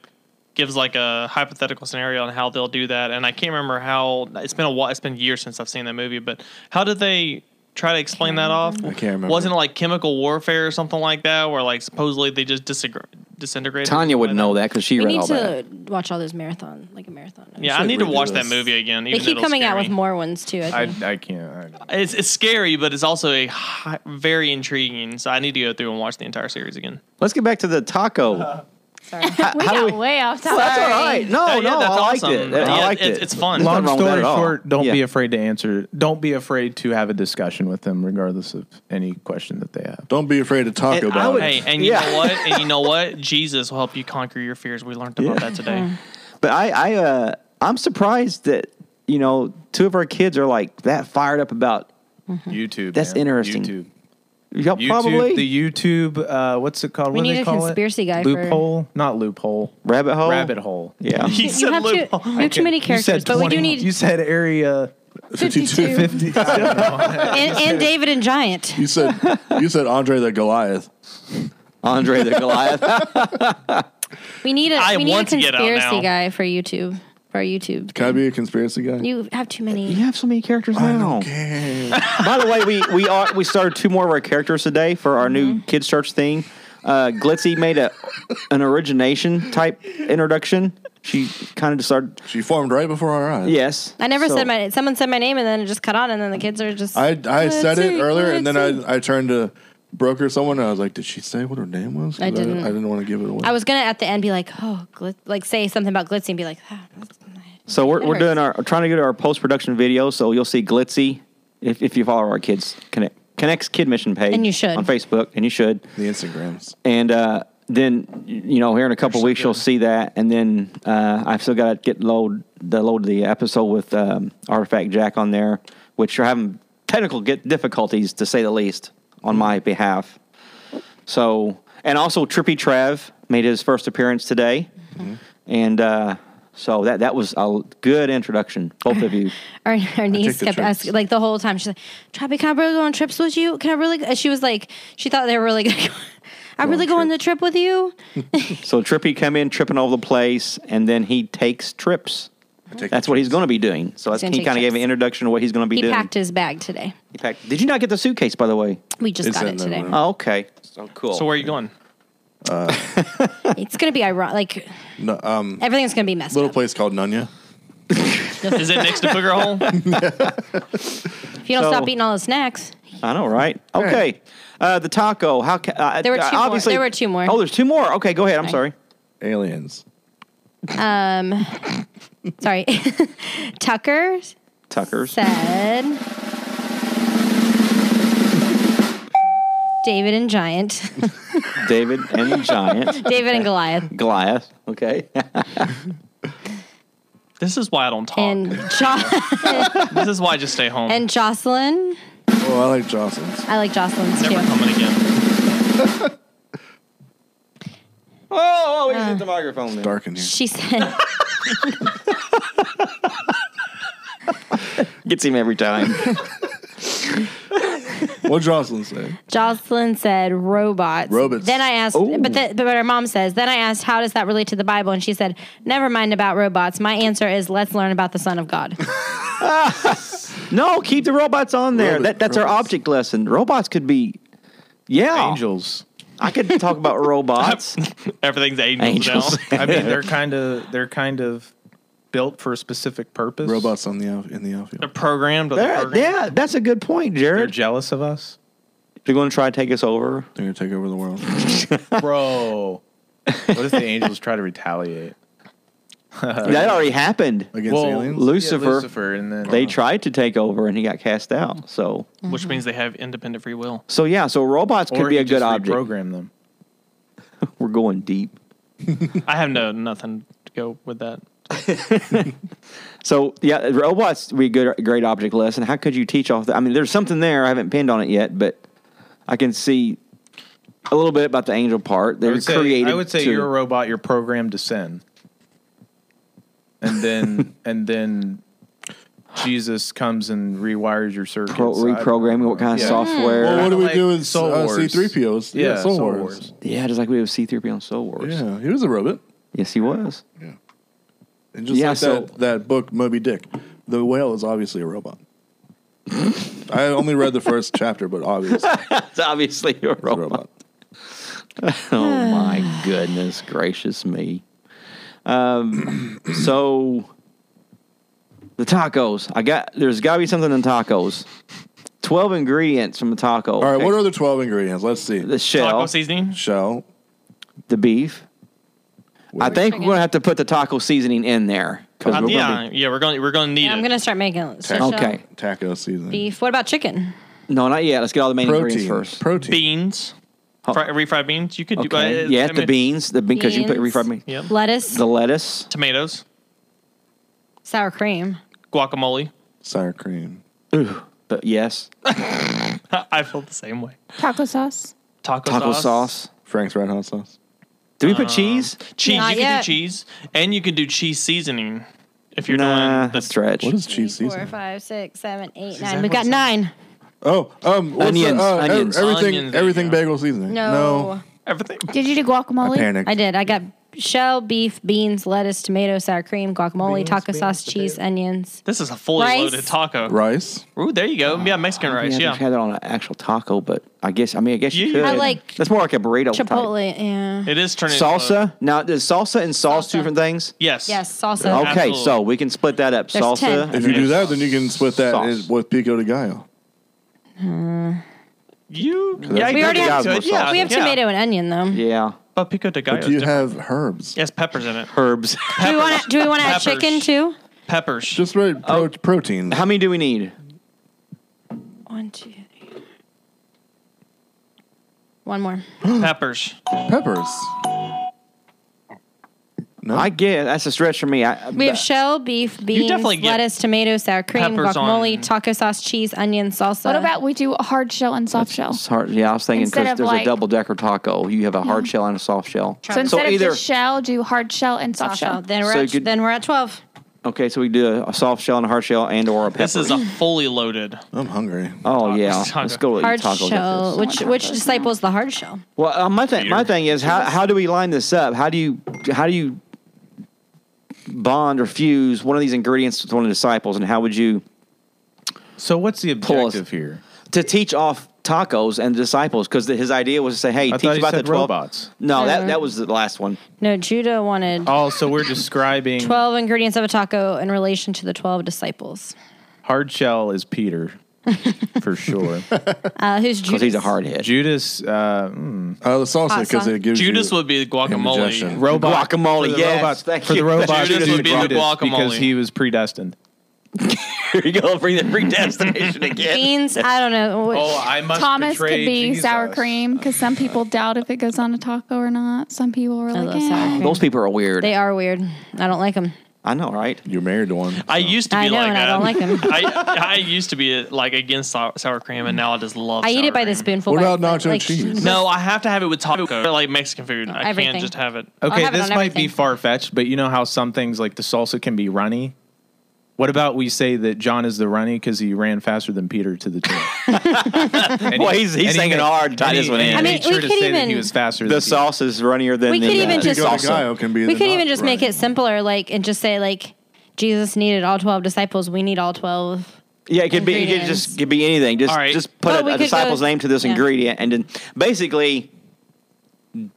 Speaker 7: gives like a hypothetical scenario on how they'll do that, and I can't remember how. It's been a while. It's been years since I've seen that movie, but how did they? Try to explain that off. I
Speaker 5: can't remember.
Speaker 7: Wasn't it like chemical warfare or something like that, where like supposedly they just disintegr- disintegrated?
Speaker 2: Tanya would
Speaker 7: Like
Speaker 2: know that because she
Speaker 4: We
Speaker 2: read
Speaker 4: need
Speaker 2: all
Speaker 4: to
Speaker 2: that.
Speaker 4: watch all those marathon, like a marathon.
Speaker 7: Yeah, I
Speaker 5: should
Speaker 7: need to
Speaker 5: redo
Speaker 7: watch that
Speaker 5: this.
Speaker 7: movie again.
Speaker 4: They
Speaker 7: Even
Speaker 4: keep
Speaker 7: though it'll
Speaker 4: coming out
Speaker 7: scare
Speaker 4: with
Speaker 7: me.
Speaker 4: more ones too. I think.
Speaker 3: I I can't. I,
Speaker 7: It's, it's scary, but it's also a hi- very intriguing. So I need to go through and watch the entire series again.
Speaker 2: Let's get back to the taco.
Speaker 4: Sorry.
Speaker 6: We
Speaker 2: How do
Speaker 6: got
Speaker 2: we-
Speaker 6: way off topic.
Speaker 2: That's all right. No,
Speaker 7: Uh, yeah,
Speaker 2: no,
Speaker 7: that's
Speaker 2: I liked
Speaker 7: awesome.
Speaker 2: it.
Speaker 7: Yeah,
Speaker 2: I liked
Speaker 7: it's-
Speaker 2: it.
Speaker 7: it's fun.
Speaker 2: There's nothing
Speaker 3: Long
Speaker 2: wrong with that
Speaker 3: story
Speaker 2: at all.
Speaker 3: short, don't
Speaker 2: Yeah.
Speaker 3: be afraid to answer. Don't be afraid to have a discussion with them, regardless of any question that they have.
Speaker 5: Don't be afraid to talk
Speaker 2: And I
Speaker 5: about
Speaker 2: would-
Speaker 5: it.
Speaker 7: Oh, Hey, and you
Speaker 2: Yeah.
Speaker 7: know what? And you know what? Jesus will help you conquer your fears. We learned about that today.
Speaker 2: But I, I, uh, I'm surprised that you know two of our kids are like that fired up about.
Speaker 4: Mm-hmm.
Speaker 3: YouTube.
Speaker 2: That's
Speaker 3: man.
Speaker 2: interesting.
Speaker 3: YouTube.
Speaker 2: Y'all
Speaker 3: YouTube,
Speaker 2: probably
Speaker 3: the YouTube. Uh, what's it called?
Speaker 4: We
Speaker 3: what do
Speaker 4: need
Speaker 3: they
Speaker 4: a
Speaker 3: call
Speaker 4: conspiracy
Speaker 3: it?
Speaker 4: guy for-
Speaker 3: Loophole, not loophole.
Speaker 2: rabbit hole.
Speaker 3: Rabbit hole.
Speaker 2: Yeah.
Speaker 7: He
Speaker 4: You
Speaker 7: said
Speaker 4: have too, you
Speaker 7: loophole.
Speaker 4: have too many
Speaker 3: You
Speaker 4: characters,
Speaker 3: said
Speaker 4: but we do
Speaker 3: 20.
Speaker 4: need
Speaker 3: You said area
Speaker 4: 52.
Speaker 3: 50. I don't know.
Speaker 4: and, and David and Giant.
Speaker 5: You said you said Andre the Goliath.
Speaker 2: Andre the Goliath.
Speaker 4: We need a
Speaker 7: I
Speaker 4: we need a
Speaker 7: want to get out now.
Speaker 4: conspiracy guy for YouTube for our YouTube.
Speaker 5: Can I be a conspiracy guy?
Speaker 4: You have too many.
Speaker 2: you have so many characters now.
Speaker 5: Okay.
Speaker 2: By the way, we we are we started two more of our characters today for our
Speaker 4: Mm-hmm.
Speaker 2: new kids church thing. Uh, Glitzy made a an origination type introduction. She kind of just started.
Speaker 5: she formed right before our eyes.
Speaker 2: Yes,
Speaker 4: I never
Speaker 2: So-
Speaker 4: said my. Someone said my name, and then it just cut on, and then the kids are just.
Speaker 5: I I
Speaker 4: Let's
Speaker 5: said
Speaker 4: see,
Speaker 5: it earlier, and
Speaker 4: let's
Speaker 5: then
Speaker 4: see.
Speaker 5: I I turned to broker someone. And I was like, did she say what her name was? 'Cause
Speaker 4: I didn't.
Speaker 5: I, didn't want to give it away.
Speaker 4: I was gonna at the end be like, oh, glit, like say something about glitzy and be like, ah, that's my-
Speaker 2: So we're,
Speaker 4: That
Speaker 2: we're doing our
Speaker 4: hurts.
Speaker 2: trying to get our post production video. So you'll see Glitzy if, if you follow our kids connect connects kid mission page
Speaker 4: And you should.
Speaker 2: on Facebook and you should
Speaker 5: the Instagrams.
Speaker 2: and uh, then y- you know here in a couple weeks you'll see that and then uh, I've still got to get load the load the episode with um, Artifact Jack on there, which are having technical get difficulties to say the least on my behalf. So and also Trippy Trav made his first appearance today, and uh, so that that was a good introduction, both of you.
Speaker 4: our, our niece
Speaker 5: the
Speaker 4: kept
Speaker 5: trips.
Speaker 4: asking like the whole time. She's like, Trappy, can I really go on trips with you? Can I really? go-" She was like, she thought they were really. Gonna go, I really go on the trip with you.
Speaker 2: So Trippy come in tripping all over the place, and then he takes trips.
Speaker 5: take
Speaker 2: That's what he's going to be doing. So that's,
Speaker 4: gonna
Speaker 2: he
Speaker 4: take
Speaker 2: kind of gave an
Speaker 4: trips.
Speaker 2: introduction to what he's going to be
Speaker 4: He
Speaker 2: doing.
Speaker 4: packed his bag today.
Speaker 2: He packed- Did you not get the suitcase, by the way?
Speaker 4: We just
Speaker 5: It's
Speaker 4: got
Speaker 5: in
Speaker 4: it
Speaker 5: the
Speaker 4: today.
Speaker 5: room.
Speaker 2: Oh, okay. So cool.
Speaker 7: So where are you going?
Speaker 4: It's gonna be ironic. Like
Speaker 5: No, um,
Speaker 4: everything's gonna be messed
Speaker 5: little
Speaker 4: up.
Speaker 5: place called Nunya.
Speaker 7: Is it next to Booger Hole?
Speaker 4: If you don't
Speaker 2: So-
Speaker 4: stop eating all the snacks,
Speaker 2: I know, right? Okay. Uh, the taco. How ca- uh,
Speaker 4: There were two
Speaker 2: uh,
Speaker 4: more.
Speaker 2: obviously,
Speaker 4: There were two more.
Speaker 2: Oh, there's two more. Okay, go ahead. I'm sorry.
Speaker 5: Aliens.
Speaker 4: sorry. Tucker
Speaker 2: Tuckers.
Speaker 4: said. David and Giant.
Speaker 2: David and the Giant.
Speaker 4: David and Goliath.
Speaker 2: Goliath. Okay. Oh,
Speaker 7: This is why I don't talk.
Speaker 4: And jo-
Speaker 7: this is why I just stay home.
Speaker 4: and Jocelyn.
Speaker 5: Oh, I like Jocelyn's.
Speaker 4: I like Jocelyn's
Speaker 7: Never
Speaker 4: too.
Speaker 7: coming again.
Speaker 2: oh, oh, we
Speaker 4: Uh.
Speaker 2: just hit the microphone then.
Speaker 5: Dark in here.
Speaker 4: She said
Speaker 2: Gets him every time.
Speaker 5: What Jocelyn say?
Speaker 4: Jocelyn said robots.
Speaker 5: Robots.
Speaker 4: Then I asked, but, the, but her mom says, then I asked, how does that relate to the Bible? And she said, never mind about robots. My answer is, let's learn about the Son of God.
Speaker 2: No, keep the robots on there.
Speaker 5: Robot-
Speaker 2: that, that's our
Speaker 5: robots.
Speaker 2: object lesson. Robots could be, yeah.
Speaker 3: Angels.
Speaker 2: I could talk about robots.
Speaker 7: Everything's angels,
Speaker 2: Angels.
Speaker 7: now.
Speaker 3: I mean, they're kind of they're kind of built for a specific purpose.
Speaker 5: Robots on the out, in the
Speaker 7: They're
Speaker 5: outfield.
Speaker 7: programmed. They're
Speaker 2: They're-
Speaker 7: programmed.
Speaker 2: yeah, that's a good point,
Speaker 3: They're
Speaker 2: Jared.
Speaker 3: jealous of us,
Speaker 2: They're going to try to take us over.
Speaker 5: They're gonna take over the world.
Speaker 3: bro. what if the angels try to retaliate? Uh,
Speaker 2: That already happened.
Speaker 5: Against aliens?
Speaker 2: Lu- Lucifer.
Speaker 3: Yeah, Lucifer, and then
Speaker 2: They tried to take over and he got cast out. So,
Speaker 7: Which means they have independent free will.
Speaker 2: so yeah, so robots could
Speaker 3: Or
Speaker 2: be
Speaker 3: he
Speaker 2: a good
Speaker 3: just
Speaker 2: object.
Speaker 3: Reprogram them.
Speaker 2: We're going deep.
Speaker 7: I have no nothing to go with that.
Speaker 2: So yeah, robots would be a good, great object lesson. How could you teach off that? I mean, there's something there. I haven't pinned on it yet, but I can see a little bit about the angel part.
Speaker 3: I
Speaker 2: They're
Speaker 3: would say,
Speaker 2: created.
Speaker 3: I would say
Speaker 2: to-
Speaker 3: you're a robot. You're programmed to sin, and then and then Jesus comes and rewires your circuits.
Speaker 2: pro-
Speaker 3: I don't
Speaker 2: reprogramming
Speaker 3: know.
Speaker 2: what kind of
Speaker 3: Yeah.
Speaker 2: software.
Speaker 5: well, what do we
Speaker 3: Like
Speaker 5: do with
Speaker 3: Soul
Speaker 5: uh,
Speaker 3: Wars.
Speaker 5: C-3POs? Yeah, Soul, Wars.
Speaker 2: Yeah, just like we have C3PO on Soul Wars.
Speaker 5: Yeah, he was a robot.
Speaker 2: Yes, he was.
Speaker 5: And just
Speaker 2: Yeah,
Speaker 5: like
Speaker 2: so-
Speaker 5: that, that book, Moby Dick, the whale is obviously a robot. I only read the first chapter, but obviously it's
Speaker 2: It's obviously a
Speaker 5: a
Speaker 2: robot.
Speaker 5: robot.
Speaker 2: Oh my goodness gracious me. Um, so the tacos. I got there's got to be something in tacos. 12 ingredients from the taco.
Speaker 5: All right, what are the 12 ingredients? Let's see.
Speaker 2: the shell,
Speaker 7: Taco seasoning.
Speaker 5: Shell.
Speaker 2: the beef. I think we're gonna have to put the taco seasoning in there. 'cause we're
Speaker 7: Uh,
Speaker 2: gonna
Speaker 7: yeah, yeah, we're gonna we're gonna need
Speaker 4: Yeah, I'm
Speaker 7: it.
Speaker 4: going to start making
Speaker 2: be-
Speaker 4: special
Speaker 2: okay.
Speaker 5: Taco seasoning.
Speaker 4: beef. What about chicken?
Speaker 2: No, not yet. Let's get all the main
Speaker 5: Protein.
Speaker 2: ingredients first.
Speaker 5: Protein.
Speaker 7: beans, fri- refried beans. You could
Speaker 2: Okay.
Speaker 7: do. uh,
Speaker 2: yeah,
Speaker 7: I
Speaker 2: the
Speaker 7: mean,
Speaker 2: beans, the bean because you put
Speaker 4: Beans.
Speaker 2: refried beans.
Speaker 7: Yep.
Speaker 4: Lettuce,
Speaker 2: The lettuce.
Speaker 7: Tomatoes,
Speaker 4: sour cream.
Speaker 7: guacamole.
Speaker 5: Sour cream.
Speaker 2: But yes,
Speaker 7: I feel the same way.
Speaker 6: Taco sauce.
Speaker 7: Taco,
Speaker 2: taco sauce. Uh,
Speaker 5: Frank's Red Hot Sauce.
Speaker 2: Do we put cheese?
Speaker 7: Cheese.
Speaker 4: Not
Speaker 7: you can
Speaker 4: yet.
Speaker 7: do cheese, and you can do cheese seasoning if you're
Speaker 2: Nah,
Speaker 7: doing the
Speaker 2: stretch.
Speaker 5: What is cheese
Speaker 4: Three, four,
Speaker 5: seasoning?
Speaker 4: five, six, seven, eight,
Speaker 7: that
Speaker 4: nine. We've
Speaker 7: what
Speaker 4: got
Speaker 7: it says?
Speaker 4: nine.
Speaker 5: Oh, um, what's
Speaker 2: Onions,
Speaker 5: The, uh, ev-
Speaker 2: onions.
Speaker 5: everything,
Speaker 7: Onions, there
Speaker 5: everything
Speaker 7: you go.
Speaker 5: bagel seasoning.
Speaker 4: No.
Speaker 7: everything.
Speaker 6: Did you do guacamole?
Speaker 5: I panicked.
Speaker 4: I did. I got shell, beef, beans, lettuce, tomato, sour cream, guacamole, taco sauce, cheese, onions.
Speaker 7: This is a fully
Speaker 4: Rice.
Speaker 7: loaded taco.
Speaker 5: Rice.
Speaker 7: Ooh, there you go. Yeah, Mexican rice.
Speaker 2: Ah, Yeah,
Speaker 7: Yeah.
Speaker 2: I had it on an actual taco, but I guess I mean I guess you
Speaker 7: Yeah,
Speaker 2: could.
Speaker 7: yeah.
Speaker 4: I like
Speaker 2: that's more like a burrito. type.
Speaker 4: Chipotle, yeah.
Speaker 7: It is turning into a-
Speaker 2: salsa. Now is salsa and sauce two
Speaker 4: Salsa.
Speaker 2: different things?
Speaker 7: Yes.
Speaker 4: Yes, salsa.
Speaker 2: Okay,
Speaker 7: Absolutely.
Speaker 2: so we can split that up.
Speaker 4: There's
Speaker 2: salsa.
Speaker 4: 10.
Speaker 5: If you do that, then you can split that
Speaker 2: Sauce.
Speaker 5: in- with pico de gallo.
Speaker 7: You. Yeah,
Speaker 4: We
Speaker 7: you
Speaker 4: already
Speaker 7: could
Speaker 4: have-
Speaker 7: do it. Yeah,
Speaker 4: We have
Speaker 7: yeah.
Speaker 4: tomato and onion though.
Speaker 2: Yeah,
Speaker 7: But pico de gallo.
Speaker 5: Do you
Speaker 7: is different.
Speaker 5: have herbs?
Speaker 7: Yes, peppers in it.
Speaker 2: herbs.
Speaker 4: Do we want to? Do we want to add
Speaker 7: Peppers.
Speaker 4: chicken too?
Speaker 7: Peppers.
Speaker 5: Just right. Pro-
Speaker 7: Oh.
Speaker 5: Protein.
Speaker 2: How many do we need?
Speaker 4: One, two, three. One more.
Speaker 7: peppers.
Speaker 5: Peppers. No.
Speaker 2: I guess that's a stretch for me. I, uh,
Speaker 4: We have shell, beef, beans,
Speaker 7: definitely get
Speaker 4: lettuce, tomato, sour cream,
Speaker 7: peppers
Speaker 4: guacamole,
Speaker 7: on-
Speaker 4: taco sauce, cheese, onion, salsa.
Speaker 6: What about we do hard shell and soft shell?
Speaker 2: It's hard. Yeah, I was thinking
Speaker 6: Instead
Speaker 2: because
Speaker 6: of
Speaker 2: there's a
Speaker 6: like-
Speaker 2: double decker taco. You have a hard shell and a soft shell.
Speaker 6: So instead of
Speaker 2: either
Speaker 6: just shell, do hard shell and soft,
Speaker 4: soft
Speaker 6: shell.
Speaker 4: shell? Then we're
Speaker 2: So you
Speaker 4: at,
Speaker 2: could-
Speaker 4: then we're at twelve.
Speaker 2: okay, so we do a, a soft shell and a hard shell and or a pepper.
Speaker 7: This is a fully loaded.
Speaker 5: I'm hungry.
Speaker 2: oh yeah,
Speaker 7: taco.
Speaker 2: let's go with
Speaker 4: Hard
Speaker 2: tacos.
Speaker 4: shell.
Speaker 2: after this.
Speaker 4: Which which disciple is the hard shell?
Speaker 2: Well, uh, my thing, my
Speaker 7: Peter.
Speaker 2: thing is how how do we line this up? How do you how do you bond or fuse one of these ingredients with one of the disciples, and how would you
Speaker 3: So what's the
Speaker 2: Pause.
Speaker 3: objective here?
Speaker 2: to teach off tacos and the disciples? Because his idea was to say, hey,
Speaker 3: I thought
Speaker 2: teach
Speaker 3: you
Speaker 2: about the
Speaker 3: said
Speaker 2: 12.
Speaker 3: robots.
Speaker 2: No, that
Speaker 4: Mhm.
Speaker 2: that was the last one.
Speaker 4: No, Judah wanted
Speaker 3: Oh, so we're describing
Speaker 4: 12 ingredients of a taco in relation to the 12 disciples.
Speaker 3: hard shell is Peter for sure.
Speaker 4: Uh, who's Judas?
Speaker 2: Because he's a hardhead.
Speaker 3: Judas uh, mm,
Speaker 5: Uh, the salsa
Speaker 4: Hot
Speaker 5: because
Speaker 4: sauce.
Speaker 5: it gives
Speaker 7: Judas
Speaker 5: you
Speaker 7: would be the guacamole.
Speaker 5: indigestion.
Speaker 3: robot
Speaker 2: Guacamole,
Speaker 3: for the
Speaker 2: yes,
Speaker 3: robots
Speaker 2: thank
Speaker 3: for
Speaker 2: you.
Speaker 3: the robots
Speaker 7: Judas
Speaker 3: do
Speaker 7: would be the guacamole.
Speaker 3: because he was predestined.
Speaker 2: Here you go, bring the predestination again.
Speaker 4: Beans, I don't know.
Speaker 3: Oh, I must
Speaker 6: Thomas could
Speaker 3: betray
Speaker 6: be
Speaker 3: Jesus.
Speaker 6: sour cream because some people doubt if it goes on a taco or not. Some people were
Speaker 4: I
Speaker 6: like,
Speaker 4: love sour
Speaker 6: eh.
Speaker 4: cream.
Speaker 2: Those people are weird.
Speaker 4: They are weird. I don't like them.
Speaker 2: I know, right?
Speaker 5: You're married to one.
Speaker 7: I used to be
Speaker 4: I know,
Speaker 7: like
Speaker 4: and
Speaker 7: that.
Speaker 4: I don't like 'em.
Speaker 7: I, I used to be like against sour, sour cream, and now I just love.
Speaker 4: I eat
Speaker 7: sour
Speaker 4: it by the
Speaker 7: cream.
Speaker 4: spoonful.
Speaker 5: What
Speaker 4: by-
Speaker 5: about nacho
Speaker 4: like-
Speaker 5: cheese?
Speaker 7: No, I have to have it with taco. I like Mexican food. I
Speaker 4: Everything.
Speaker 7: can't just have it.
Speaker 4: I'll
Speaker 3: Okay,
Speaker 4: have it
Speaker 3: this
Speaker 4: on
Speaker 3: might be
Speaker 4: everything.
Speaker 3: far fetched, but you know how some things like the salsa can be runny. What about we say that John is the runny because he ran faster than Peter to the tail? And
Speaker 2: Well, he's- he's
Speaker 3: and
Speaker 2: singing
Speaker 3: made-
Speaker 2: hard to tie
Speaker 3: and he-
Speaker 2: this one in.
Speaker 3: and
Speaker 4: I
Speaker 3: he
Speaker 4: mean,
Speaker 3: made sure
Speaker 4: we
Speaker 3: to
Speaker 4: could
Speaker 3: say that he
Speaker 4: even-
Speaker 3: was faster.
Speaker 2: The
Speaker 3: than Peter.
Speaker 2: sauce is runnier than
Speaker 4: We
Speaker 2: the
Speaker 4: could even
Speaker 2: uh,
Speaker 4: just-
Speaker 5: Go to
Speaker 2: salsa.
Speaker 5: Gaio can be
Speaker 4: we
Speaker 5: the
Speaker 4: could
Speaker 5: not
Speaker 4: even just make
Speaker 5: running.
Speaker 4: it simpler, like and just say like Jesus needed all twelve disciples. We need all twelve.
Speaker 2: Yeah, it could be. It could
Speaker 4: Ingredients.
Speaker 2: just could be anything. Just
Speaker 7: All right.
Speaker 2: just put
Speaker 4: Well,
Speaker 2: a,
Speaker 4: we
Speaker 2: a
Speaker 4: could
Speaker 2: disciple's
Speaker 4: go-
Speaker 2: name to this
Speaker 4: yeah.
Speaker 2: ingredient, and then basically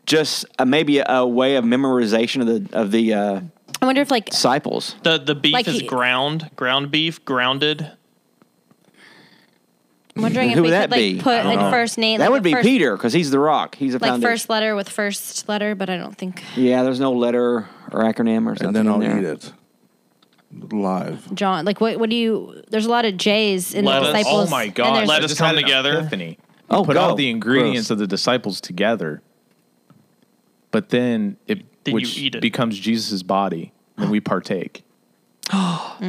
Speaker 2: just uh, maybe a, a way of memorization of the of the uh,
Speaker 4: I wonder if like
Speaker 2: disciples.
Speaker 7: The the beef
Speaker 4: Like
Speaker 7: is
Speaker 4: he-
Speaker 7: ground, ground beef, grounded.
Speaker 4: I'm wondering if
Speaker 2: Who
Speaker 4: we
Speaker 2: would that
Speaker 4: could like
Speaker 2: be? I
Speaker 4: put
Speaker 2: don't
Speaker 4: like
Speaker 2: know.
Speaker 4: first name.
Speaker 2: that
Speaker 4: like,
Speaker 2: would
Speaker 4: a
Speaker 2: be
Speaker 4: first-
Speaker 2: Peter because he's the rock. He's the
Speaker 4: Like
Speaker 2: foundation.
Speaker 4: first letter with first letter, but I don't think
Speaker 2: yeah, there's no letter or acronym or something.
Speaker 5: and then
Speaker 2: in
Speaker 5: I'll
Speaker 2: there.
Speaker 5: eat it live.
Speaker 4: John. Like what? What do you? There's a lot of J's in
Speaker 7: Lettuce.
Speaker 4: the disciples.
Speaker 3: Oh my
Speaker 4: and
Speaker 3: God!
Speaker 4: there's-
Speaker 7: Lettuce.
Speaker 3: I just
Speaker 7: come
Speaker 3: had an
Speaker 7: together.
Speaker 3: epiphany.
Speaker 2: Oh,
Speaker 3: put all
Speaker 2: go.
Speaker 3: the ingredients
Speaker 5: Gross.
Speaker 3: of the disciples together, but then it
Speaker 7: Then you
Speaker 3: which
Speaker 7: eat it.
Speaker 3: becomes Jesus' body, and we partake.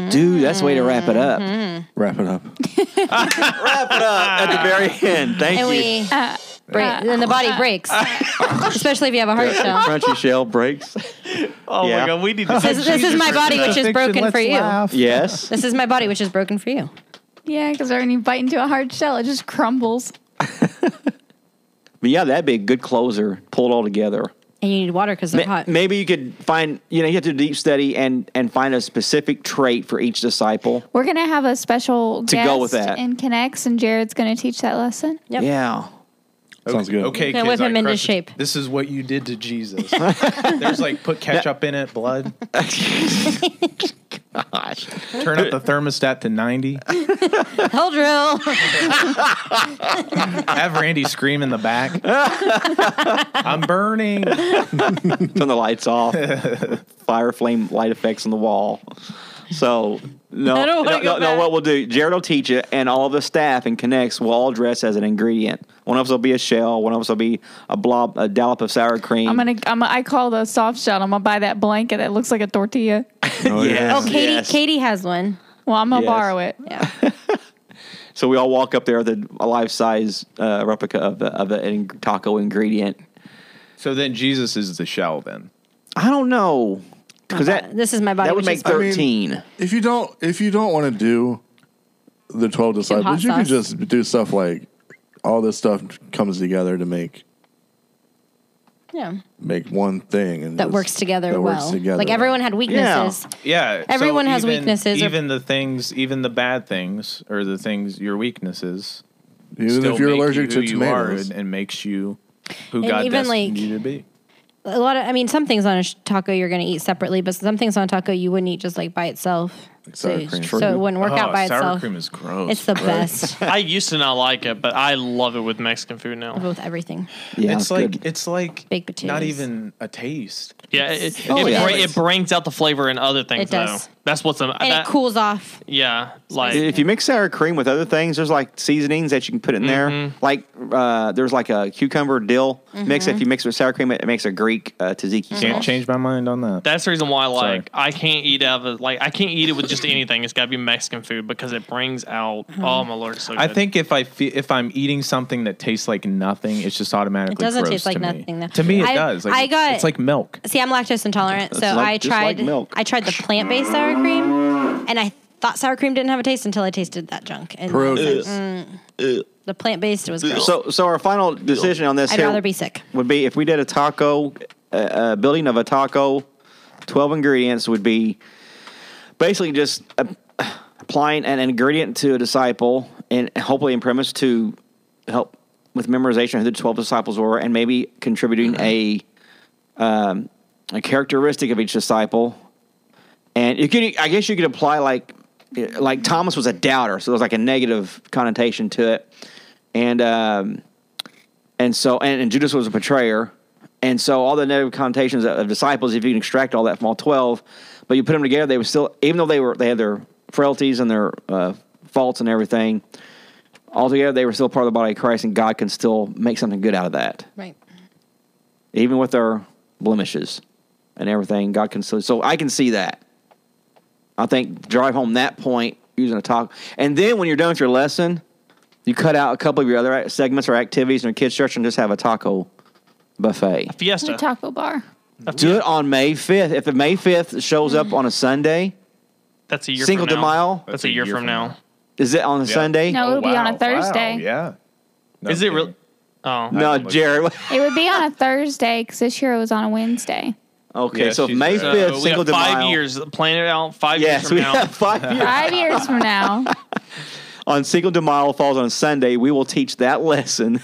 Speaker 2: Dude, that's the way to wrap it up.
Speaker 4: Mm-hmm.
Speaker 5: Wrap it up.
Speaker 2: Wrap it up at the very end. Thank you.
Speaker 4: And we break. then the body breaks, especially if you have a heart shell.
Speaker 2: Crunchy shell breaks.
Speaker 7: Oh
Speaker 2: Yeah.
Speaker 7: my god, we need to.
Speaker 4: This, this is my body, which is broken for you.
Speaker 2: yes.
Speaker 4: This is my body, which is broken for you.
Speaker 6: Yeah, because when you bite into a hard shell, it just crumbles.
Speaker 2: But yeah, that'd be a good closer pulled all together.
Speaker 4: And you need water because they're
Speaker 2: Ma-
Speaker 4: hot.
Speaker 2: Maybe you could find, you know, you have to do a deep study and and find a specific trait for each disciple.
Speaker 6: We're gonna have a special
Speaker 2: To
Speaker 6: guest
Speaker 2: go with that.
Speaker 6: in Connects, and Jared's gonna teach that lesson.
Speaker 4: Yep.
Speaker 2: Yeah.
Speaker 5: Sounds good.
Speaker 3: Okay,
Speaker 4: Yeah,
Speaker 3: kids,
Speaker 4: whip
Speaker 3: I
Speaker 4: him into
Speaker 3: crushed it.
Speaker 4: shape.
Speaker 3: This is what you did to Jesus. There's like put ketchup in it, blood.
Speaker 2: Gosh.
Speaker 3: Turn up the thermostat to 90.
Speaker 4: Hell drill.
Speaker 3: Have Randy scream in the back. I'm burning.
Speaker 2: Turn the lights off. Fire flame light effects on the wall. So no,
Speaker 4: I don't
Speaker 2: no, no,
Speaker 4: wanna go
Speaker 2: no,
Speaker 4: back.
Speaker 2: What we'll do, Jared will teach it, and all of the staff and connects will all dress as an ingredient. One of us will be a shell. One of us will be a blob, a dollop of sour cream.
Speaker 6: I'm gonna. I'm. I call the soft shell. I'm gonna buy that blanket that looks like a tortilla.
Speaker 5: Oh, yeah.
Speaker 4: Oh, Katie.
Speaker 2: Yes.
Speaker 4: Katie has one.
Speaker 6: Well, I'm gonna
Speaker 2: Yes.
Speaker 6: borrow it.
Speaker 4: Yeah.
Speaker 2: So we all walk up there with a, a life size uh, replica of the of the in- taco ingredient.
Speaker 3: So then Jesus is the shell then.
Speaker 2: I don't know because that
Speaker 4: This is my body,
Speaker 2: that would make
Speaker 4: which is
Speaker 5: I mean-
Speaker 2: thirteen.
Speaker 5: If you don't, if you don't want to do the twelve disciples, you can
Speaker 4: sauce.
Speaker 5: just do stuff like all this stuff comes together to make
Speaker 4: yeah.
Speaker 5: make one thing and
Speaker 4: That
Speaker 5: just-
Speaker 4: works together
Speaker 5: that
Speaker 4: well.
Speaker 5: works together
Speaker 4: like
Speaker 5: well.
Speaker 4: everyone had weaknesses.
Speaker 3: Yeah. so
Speaker 4: Everyone has
Speaker 3: even-
Speaker 4: weaknesses or-
Speaker 3: Even the things, even the bad things or the things, your weaknesses.
Speaker 5: Even
Speaker 3: still
Speaker 5: if you're
Speaker 3: make you
Speaker 5: allergic
Speaker 3: who
Speaker 5: to
Speaker 3: you are
Speaker 5: tomatoes,
Speaker 3: and, and makes you who
Speaker 4: And
Speaker 3: God
Speaker 4: even,
Speaker 3: destined
Speaker 4: like-
Speaker 3: you to be.
Speaker 4: A lot of, I mean, some things on a sh- taco you're going to eat separately, but some things on a taco you wouldn't eat just like by itself.
Speaker 5: sour
Speaker 4: so,
Speaker 5: cream.
Speaker 4: so it wouldn't work out
Speaker 3: Oh,
Speaker 4: by
Speaker 3: sour
Speaker 4: itself.
Speaker 3: cream is gross.
Speaker 4: It's the best
Speaker 7: I used to not like it, but I love it with Mexican food now.
Speaker 4: with everything.
Speaker 2: Yeah,
Speaker 3: it's like
Speaker 2: good.
Speaker 3: it's like
Speaker 4: Baked
Speaker 3: not
Speaker 4: potatoes.
Speaker 3: even a taste.
Speaker 7: Yeah, it it,
Speaker 4: Oh,
Speaker 7: it,
Speaker 2: yeah.
Speaker 7: bri- it brings out the flavor in other
Speaker 4: It
Speaker 7: things.
Speaker 4: does.
Speaker 7: Though. That's what's am-
Speaker 4: And
Speaker 7: that-
Speaker 4: it cools off.
Speaker 7: Yeah, like
Speaker 2: if you mix sour cream with other things, there's like seasonings that you can put in there. Like uh, there's like a cucumber dill mix. If you mix it with sour cream, it, it makes a Greek uh, tzatziki
Speaker 3: Can't
Speaker 2: sauce.
Speaker 3: change my mind on that.
Speaker 7: that's the reason why like I can't eat out of like I can't eat it with just anything. It's got to be Mexican food because it brings out.
Speaker 4: Uh-huh.
Speaker 7: Oh my lord, it's so good.
Speaker 3: I think if I fe- if I'm eating something that tastes like nothing, it's just automatically.
Speaker 4: It doesn't
Speaker 3: gross
Speaker 4: taste like
Speaker 3: to me.
Speaker 4: nothing, though.
Speaker 3: To me, it
Speaker 4: I-
Speaker 3: does. Like,
Speaker 4: I got-
Speaker 3: it's like milk.
Speaker 4: See, I'm lactose intolerant, so
Speaker 2: It's like-
Speaker 4: I
Speaker 2: just like
Speaker 4: tried
Speaker 2: milk.
Speaker 4: I tried the plant-based sour cream, and I thought sour cream didn't have a taste until I tasted that junk. And I was like,
Speaker 5: Gross.
Speaker 6: Mm-hmm.
Speaker 4: mm, the plant-based was gross.
Speaker 2: So so our final decision on this
Speaker 4: I'd
Speaker 2: here
Speaker 4: rather be sick.
Speaker 2: would be if we did a taco uh, uh, building of a taco. Twelve ingredients would be basically just uh, applying an ingredient to a disciple, and hopefully in premise to help with memorization of who the twelve disciples were, and maybe contributing a um, a characteristic of each disciple. And you could, I guess, you could apply like like Thomas was a doubter, so there's like a negative connotation to it, and um, and so and, and Judas was a betrayer, and so all the negative connotations of, of disciples, if you can extract all that from all twelve, but you put them together, they were still even though they were they had their frailties and their uh, faults and everything. Altogether, they were still part of the body of Christ, and God can still make something good out of that
Speaker 4: Right.
Speaker 2: even with our blemishes and everything, God can still. So I can see that. I think drive home that point using a talk, and then when you're done with your lesson, you cut out a couple of your other act- segments or activities in your kids' church and just have a taco buffet.
Speaker 7: Fiesta.
Speaker 6: The taco bar.
Speaker 2: Do it on May 5th. If May 5th shows up on a Sunday,
Speaker 7: That's a year
Speaker 2: Cinco
Speaker 7: from
Speaker 2: de
Speaker 7: now.
Speaker 2: Mayo?
Speaker 7: That's, a year, from, now.
Speaker 2: Is it on a
Speaker 3: Yeah.
Speaker 2: Sunday?
Speaker 6: No, it'll be
Speaker 2: Oh,
Speaker 6: on a Thursday.
Speaker 3: Wow, yeah. No
Speaker 7: Oh, Is it
Speaker 3: kidding.
Speaker 7: really? Oh,
Speaker 2: No,
Speaker 3: look.
Speaker 2: Jared.
Speaker 6: It would be on a Thursday because this year it was on a Wednesday.
Speaker 2: Okay,
Speaker 3: Yeah,
Speaker 2: so
Speaker 3: she's
Speaker 2: May
Speaker 3: right.
Speaker 7: So
Speaker 2: fifth,
Speaker 7: we
Speaker 2: Cinco
Speaker 7: have
Speaker 2: de
Speaker 7: five
Speaker 2: Mayo.
Speaker 7: years. Plan it out. Five
Speaker 2: Yes,
Speaker 7: years from
Speaker 2: we
Speaker 7: now.
Speaker 2: have five years.
Speaker 6: Five years from now.
Speaker 2: on Cinco de Mayo falls on Sunday. We will teach that lesson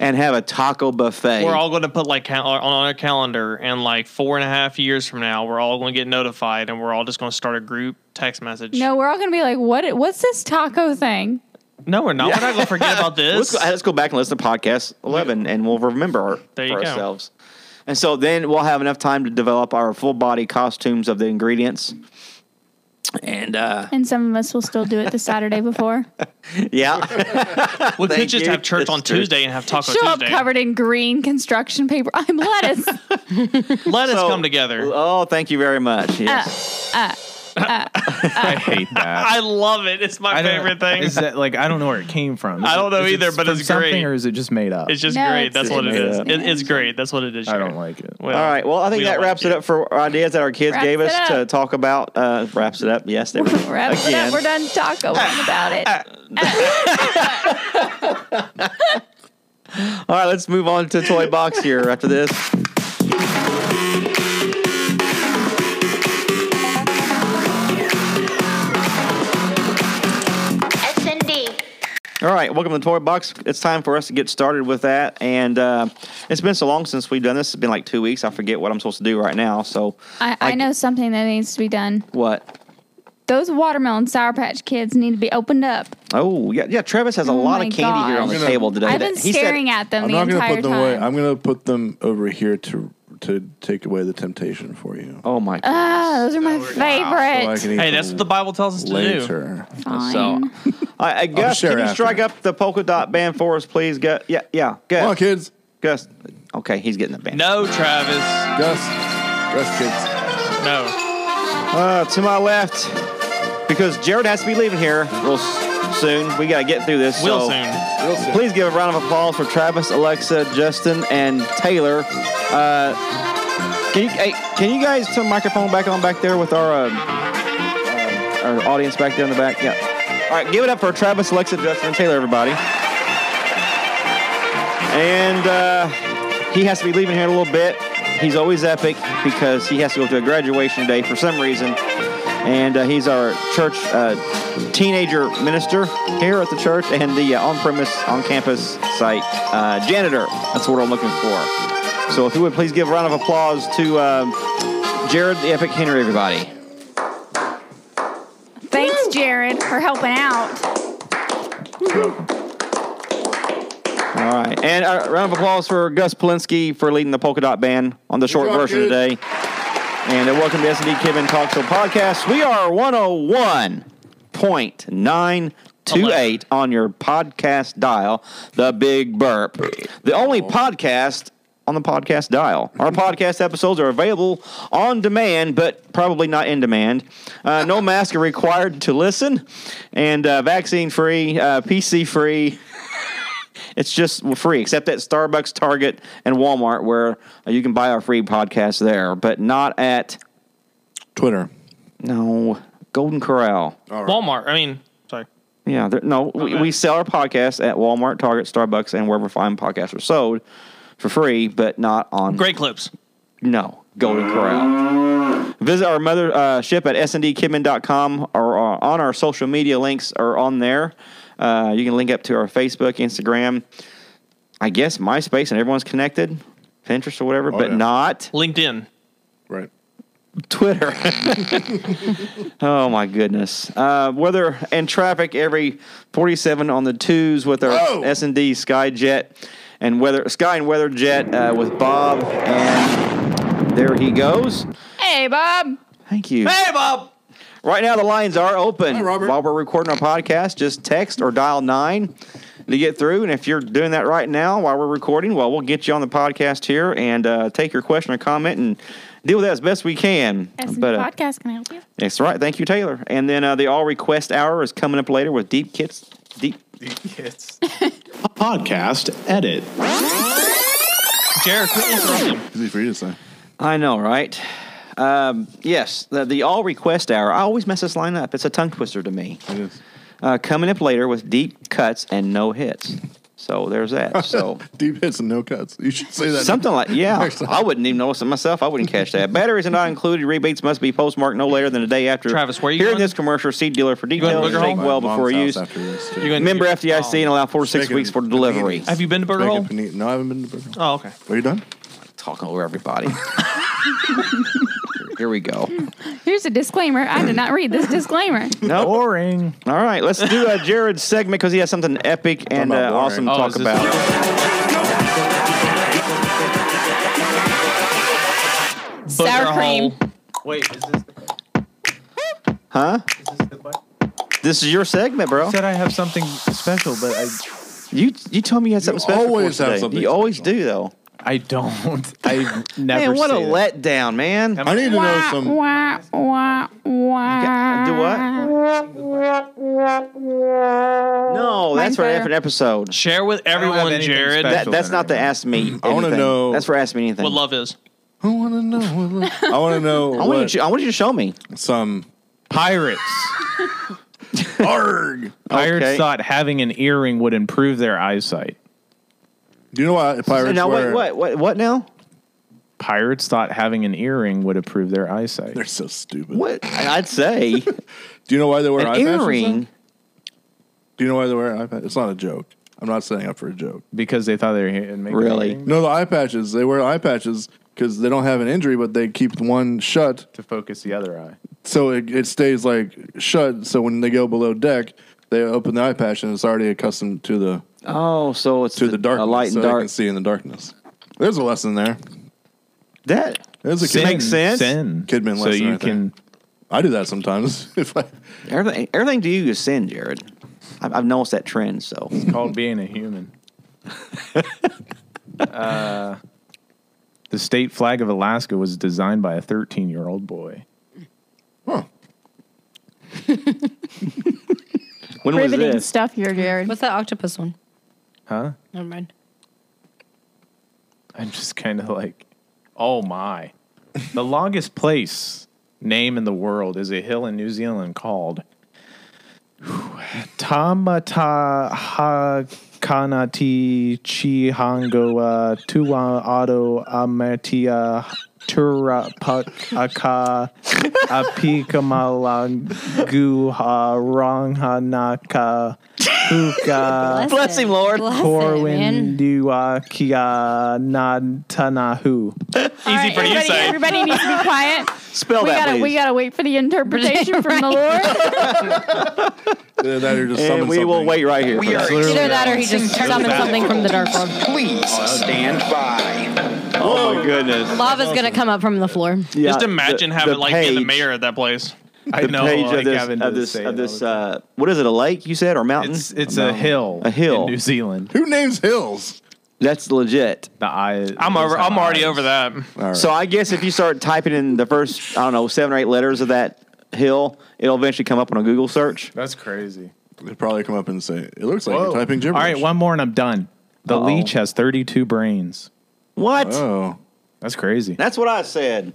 Speaker 2: and have a taco buffet.
Speaker 7: We're all going to put like cal- on on our calendar, and like four and a half years from now, we're all going to get notified, and we're all just going to start a group text message.
Speaker 6: No, we're all gonna be like, what? What's this taco thing?
Speaker 7: no, we're not. We're not going to forget about
Speaker 2: let's,
Speaker 7: this.
Speaker 2: go, let's go back and listen to podcast eleven, and we'll remember our,
Speaker 7: There
Speaker 2: for
Speaker 7: you go.
Speaker 2: ourselves. And so then we'll have enough time to develop our full body costumes of the ingredients. And uh,
Speaker 6: And some of us will still do it the Saturday before.
Speaker 2: yeah,
Speaker 7: we could
Speaker 2: Thank
Speaker 7: just
Speaker 2: you,
Speaker 7: have church on
Speaker 2: sister.
Speaker 7: Tuesday and have Taco
Speaker 6: Show up
Speaker 7: Tuesday.
Speaker 6: covered in green construction paper. I'm lettuce.
Speaker 7: Let us
Speaker 2: So-
Speaker 7: come together.
Speaker 2: oh, thank you very much. Yes.
Speaker 3: I hate that.
Speaker 7: I love it. It's my
Speaker 3: I don't-
Speaker 7: favorite thing.
Speaker 3: Is that like I don't know where it came from. Is
Speaker 7: I don't
Speaker 3: it-
Speaker 7: know
Speaker 3: is it
Speaker 7: either, but
Speaker 3: from
Speaker 7: it's
Speaker 3: something
Speaker 7: great.
Speaker 3: or is it just made up?
Speaker 7: It's just
Speaker 6: No,
Speaker 7: great.
Speaker 6: it's-
Speaker 7: That's
Speaker 6: it's
Speaker 7: what it
Speaker 2: made
Speaker 7: is.
Speaker 2: up.
Speaker 7: It, it's great. That's what it is.
Speaker 3: I don't
Speaker 7: Jared.
Speaker 3: like it.
Speaker 7: Well,
Speaker 2: All right. Well, I think
Speaker 7: Uh, we
Speaker 2: that
Speaker 7: don't like
Speaker 2: wraps it
Speaker 7: you.
Speaker 2: up for ideas that our kids
Speaker 6: Wraps
Speaker 2: gave
Speaker 6: it
Speaker 2: us to
Speaker 6: up.
Speaker 2: talk about. Uh, wraps it up. Yes, there we go.
Speaker 6: Wrap it
Speaker 2: Again.
Speaker 6: up. We're done tacoing about it.
Speaker 2: All right, let's move on to toy box here after this.
Speaker 9: S&D.
Speaker 2: All right, welcome to toy box. It's time for us to get started with that, and uh, it's been so long since we've done this. It's been like two weeks. I forget what I'm supposed to do right now. So
Speaker 6: I, I know something that needs to be done.
Speaker 2: what?
Speaker 6: Those watermelon Sour Patch Kids need to be opened up.
Speaker 2: Oh yeah, yeah. Travis has a
Speaker 6: Oh
Speaker 2: lot
Speaker 6: my
Speaker 2: of candy here on
Speaker 6: gosh.
Speaker 2: the
Speaker 5: I'm gonna-
Speaker 2: table today.
Speaker 6: I've
Speaker 2: that-
Speaker 6: been
Speaker 2: he said-
Speaker 6: staring at them
Speaker 5: I'm
Speaker 6: the
Speaker 5: not gonna
Speaker 6: entire
Speaker 5: put them away.
Speaker 6: time.
Speaker 5: I'm gonna put them over here to to take away the temptation for you.
Speaker 2: oh my.
Speaker 6: Ah, those are my
Speaker 5: So I
Speaker 6: favorite.
Speaker 5: can eat
Speaker 7: Hey, that's
Speaker 5: them
Speaker 7: what the Bible tells us to do.
Speaker 5: later.
Speaker 6: Fine.
Speaker 2: So I, I Gus,
Speaker 5: share
Speaker 2: can you
Speaker 5: after.
Speaker 2: strike up the polka dot band for us, please? Gus, yeah, yeah. Gus,
Speaker 5: Come on, kids.
Speaker 2: Gus. Okay, he's getting the band.
Speaker 7: No, Travis.
Speaker 5: Gus. Gus, kids.
Speaker 7: No.
Speaker 2: Uh, to my left, because Jared has to be leaving here real s- soon. We got to get through this.
Speaker 7: Will
Speaker 2: so
Speaker 7: soon.
Speaker 5: Real soon.
Speaker 2: Please give a round of applause for Travis, Alexa, Justin, and Taylor. Uh, can you hey, can you guys turn the microphone back on back there with our um, um, our audience back there in the back? Yeah. All right, give it up for Travis, Alexa, Justin, and Taylor, everybody. And uh, he has to be leaving here in a little bit. He's always epic because he has to go to a graduation day for some reason and uh, he's our church uh, teenager minister here at the church and the uh, on-premise on-campus site uh, janitor that's what i'm looking for so if you would please give a round of applause to um, jared the epic henry everybody
Speaker 6: Thanks, Jared, for helping out.
Speaker 2: all right and a round of applause for gus polinsky for leading the polka dot band on the short
Speaker 5: job,
Speaker 2: version
Speaker 5: dude.
Speaker 2: today and uh, welcome to s&d kevin talk show podcast we are 101.9 Two eight on your podcast dial, the Big Burp, the only podcast on the podcast dial. Our podcast episodes are available on demand, but probably not in demand. Uh, no mask are required to listen, and uh, vaccine free, uh, PC free. It's just free, except at Starbucks, Target, and Walmart, where you can buy our free podcast there, but not at
Speaker 5: Twitter.
Speaker 2: no Golden Corral.
Speaker 7: Walmart. I mean, sorry.
Speaker 2: Yeah, there- no, we, we sell our podcast at Walmart, Target, Starbucks, and wherever fine podcasts are sold for free, but not on
Speaker 7: Great clips.
Speaker 2: no Golden Corral. Visit our mothership at sndkidman.com or uh, on our social media links are on there. Uh, you can link up to our Facebook, Instagram, I guess MySpace, and everyone's connected, Pinterest or whatever, but
Speaker 5: yeah.
Speaker 2: not
Speaker 7: LinkedIn.
Speaker 5: Right.
Speaker 2: Twitter. oh my goodness! Uh, weather and traffic every forty-seven on the twos with
Speaker 5: Whoa.
Speaker 2: our S and D Sky Jet and weather Sky and Weather Jet uh, with Bob, and there he goes.
Speaker 6: Hey, Bob.
Speaker 2: Thank you. Hey, Bob. Right now, the lines are open.
Speaker 5: Robert.
Speaker 2: While we're recording our podcast, just text or dial nine to get through. And if you're doing that right now while we're recording, well, we'll get you on the podcast here and uh, take your question or comment and deal with that as best we can.
Speaker 6: S&D
Speaker 2: But, uh,
Speaker 6: podcast, can I help you?
Speaker 2: that's right. Thank you, Taylor. And then uh, the all request hour is coming up later with deep kits. Deep.
Speaker 8: Podcast edit.
Speaker 7: Jared, quit interrupting.
Speaker 5: Easy for you to say.
Speaker 2: I know, right? Um, yes, the, the all request hour. I always mess this line up. It's a tongue twister to me. Uh, coming up later with deep cuts and no hits. So there's that. So
Speaker 5: Deep hits and no cuts. You should say that.
Speaker 2: something like yeah,
Speaker 5: Next time.
Speaker 2: I wouldn't even notice it myself. I wouldn't catch that. Batteries are not included. Rebates must be postmarked no later than the day after.
Speaker 7: Travis, where are you
Speaker 2: hearing
Speaker 7: going?
Speaker 2: this commercial? See dealer for
Speaker 7: going to
Speaker 2: details.
Speaker 7: Booger
Speaker 2: Take
Speaker 7: Hall?
Speaker 2: well
Speaker 5: My mom's
Speaker 2: before
Speaker 5: house
Speaker 2: use.
Speaker 5: after this, too.
Speaker 7: You gonna-
Speaker 2: Member FDIC and allow four to six
Speaker 5: Speaking
Speaker 2: weeks for
Speaker 5: of
Speaker 2: delivery.
Speaker 5: bikinis.
Speaker 7: Have you been to Burger
Speaker 5: Making
Speaker 7: Hall?
Speaker 5: panini- No, I haven't been to Burger Hall.
Speaker 7: Oh, okay.
Speaker 5: Are you done?
Speaker 2: Talking over everybody. Here we go.
Speaker 6: Here's a disclaimer. I did not read this disclaimer.
Speaker 2: No,
Speaker 3: Boring.
Speaker 2: All right, let's do uh, Jared's segment because he has something epic and
Speaker 5: about
Speaker 2: uh,
Speaker 5: boring.
Speaker 2: awesome to
Speaker 3: Oh,
Speaker 2: talk
Speaker 3: is this-
Speaker 2: about.
Speaker 4: Sour cream.
Speaker 3: Wait, is this
Speaker 2: Huh?
Speaker 3: is this the button?
Speaker 2: This is your segment, bro.
Speaker 3: said I have something special, but I
Speaker 2: You you told me you had something special. for
Speaker 5: always
Speaker 2: us
Speaker 5: have
Speaker 2: today.
Speaker 5: something
Speaker 2: You always
Speaker 5: special.
Speaker 2: do though.
Speaker 3: I don't. I never.
Speaker 2: Man, what a
Speaker 3: say that.
Speaker 2: letdown, man.
Speaker 3: Am
Speaker 5: I need to know some.
Speaker 6: wah, wah, wah.
Speaker 2: Do what? No, that's for
Speaker 6: Mine's
Speaker 2: an
Speaker 6: better.
Speaker 2: different episode.
Speaker 7: Share with
Speaker 3: don't have
Speaker 7: everyone,
Speaker 3: anything
Speaker 7: Jared.
Speaker 3: special.
Speaker 2: That, that's not the ask me.
Speaker 5: I wanna
Speaker 2: anything.
Speaker 5: know-
Speaker 2: That's for ask me anything.
Speaker 7: What love is.
Speaker 5: I want to know. I want to know
Speaker 2: I want, you
Speaker 5: what
Speaker 2: to, I want you to show me.
Speaker 5: some
Speaker 3: pirates.
Speaker 5: arg.
Speaker 3: Pirates
Speaker 2: Okay.
Speaker 3: thought having an earring would improve their eyesight.
Speaker 5: Do you know why pirates
Speaker 2: now,
Speaker 5: wear?
Speaker 2: wait, what, what, what now?
Speaker 3: Pirates thought having an earring would improve their eyesight.
Speaker 5: They're so stupid.
Speaker 2: What? I'd say
Speaker 5: Do you know why they wear
Speaker 2: an
Speaker 5: eye patches, though?
Speaker 2: earring.
Speaker 5: Do you know why they wear eye patches? It's not a joke. I'm not setting up for a joke.
Speaker 3: Because they thought they were here and make
Speaker 2: Really?
Speaker 3: an earring
Speaker 5: No, the eye patches. They wear eye patches because they don't have an injury, but they keep one shut
Speaker 3: to focus the other eye.
Speaker 5: so it, it stays like shut. So when they go below deck, they open the eye patch and it's already accustomed to the
Speaker 2: Oh, so it's
Speaker 5: to the darkness,
Speaker 2: a light
Speaker 5: so
Speaker 2: and
Speaker 5: they
Speaker 2: dark.
Speaker 5: can see in the darkness. There's a lesson there.
Speaker 2: That
Speaker 5: There's a
Speaker 3: Sin,
Speaker 5: kid.
Speaker 2: Makes sense.
Speaker 3: Sin.
Speaker 5: Kidman
Speaker 3: So
Speaker 5: lesson
Speaker 3: you
Speaker 5: right there.
Speaker 3: can.
Speaker 5: I do that sometimes. If I,
Speaker 2: everything everything to you is sin, Jared. I've, I've noticed that trend. So
Speaker 3: It's called being a human. Uh, the state flag of Alaska was designed by a 13 year old boy.
Speaker 5: huh.
Speaker 2: when was
Speaker 6: Riveting
Speaker 2: this?
Speaker 6: stuff here, Jared.
Speaker 4: What's that octopus one?
Speaker 3: Huh?
Speaker 4: Never mind.
Speaker 3: I'm just kind of like, oh my. the longest place name in the world is a hill in New Zealand called Tamata Hakanati Chihangoa Tua Auto Amatia Turapaka Apikamalanguha Ranghanaka Huka
Speaker 2: Bless him, Lord.
Speaker 4: Bless it,
Speaker 3: Corwin
Speaker 4: man.
Speaker 3: Duakia Nantanahu.
Speaker 6: All
Speaker 7: Easy for you to
Speaker 6: everybody,
Speaker 7: say.
Speaker 6: Everybody needs to be quiet.
Speaker 2: Spell
Speaker 6: we
Speaker 2: that,
Speaker 6: gotta
Speaker 2: please.
Speaker 6: we gotta wait for the interpretation from the Lord.
Speaker 5: Either that or just summon
Speaker 2: and we will
Speaker 5: something.
Speaker 2: wait right here.
Speaker 9: We
Speaker 2: for
Speaker 9: are
Speaker 2: that.
Speaker 4: Either that or he just summoned something from the dark world.
Speaker 9: Please stand by.
Speaker 2: Oh my goodness.
Speaker 4: Lava's gonna come up from the floor.
Speaker 2: Yeah,
Speaker 7: Just imagine
Speaker 2: the-
Speaker 7: having
Speaker 2: the
Speaker 7: like being the
Speaker 2: page-
Speaker 7: mayor at that place.
Speaker 3: I
Speaker 2: The
Speaker 3: know
Speaker 2: page
Speaker 3: like,
Speaker 2: of this
Speaker 3: having to
Speaker 2: of this
Speaker 3: say
Speaker 2: of
Speaker 3: it all
Speaker 2: this
Speaker 3: the time.
Speaker 2: uh, what is it? A lake? You said or a mountain?
Speaker 3: it's it's uh, mm, a hill.
Speaker 2: A hill.
Speaker 3: in New Zealand.
Speaker 5: Who names hills?
Speaker 2: That's legit.
Speaker 3: The eye.
Speaker 7: I'm over. I'm already over that.
Speaker 2: So I guess if you start typing in the first I don't know seven or eight letters of that hill, it'll eventually come up on a Google search.
Speaker 3: That's crazy.
Speaker 5: They'd probably come up and say, "It looks like
Speaker 3: Whoa.
Speaker 5: you're typing
Speaker 3: All
Speaker 5: gibberish."
Speaker 3: right, one more and I'm done. The
Speaker 2: Uh-oh.
Speaker 3: leech has 32 brains.
Speaker 2: What?
Speaker 5: Oh,
Speaker 3: That's crazy.
Speaker 2: That's what I said.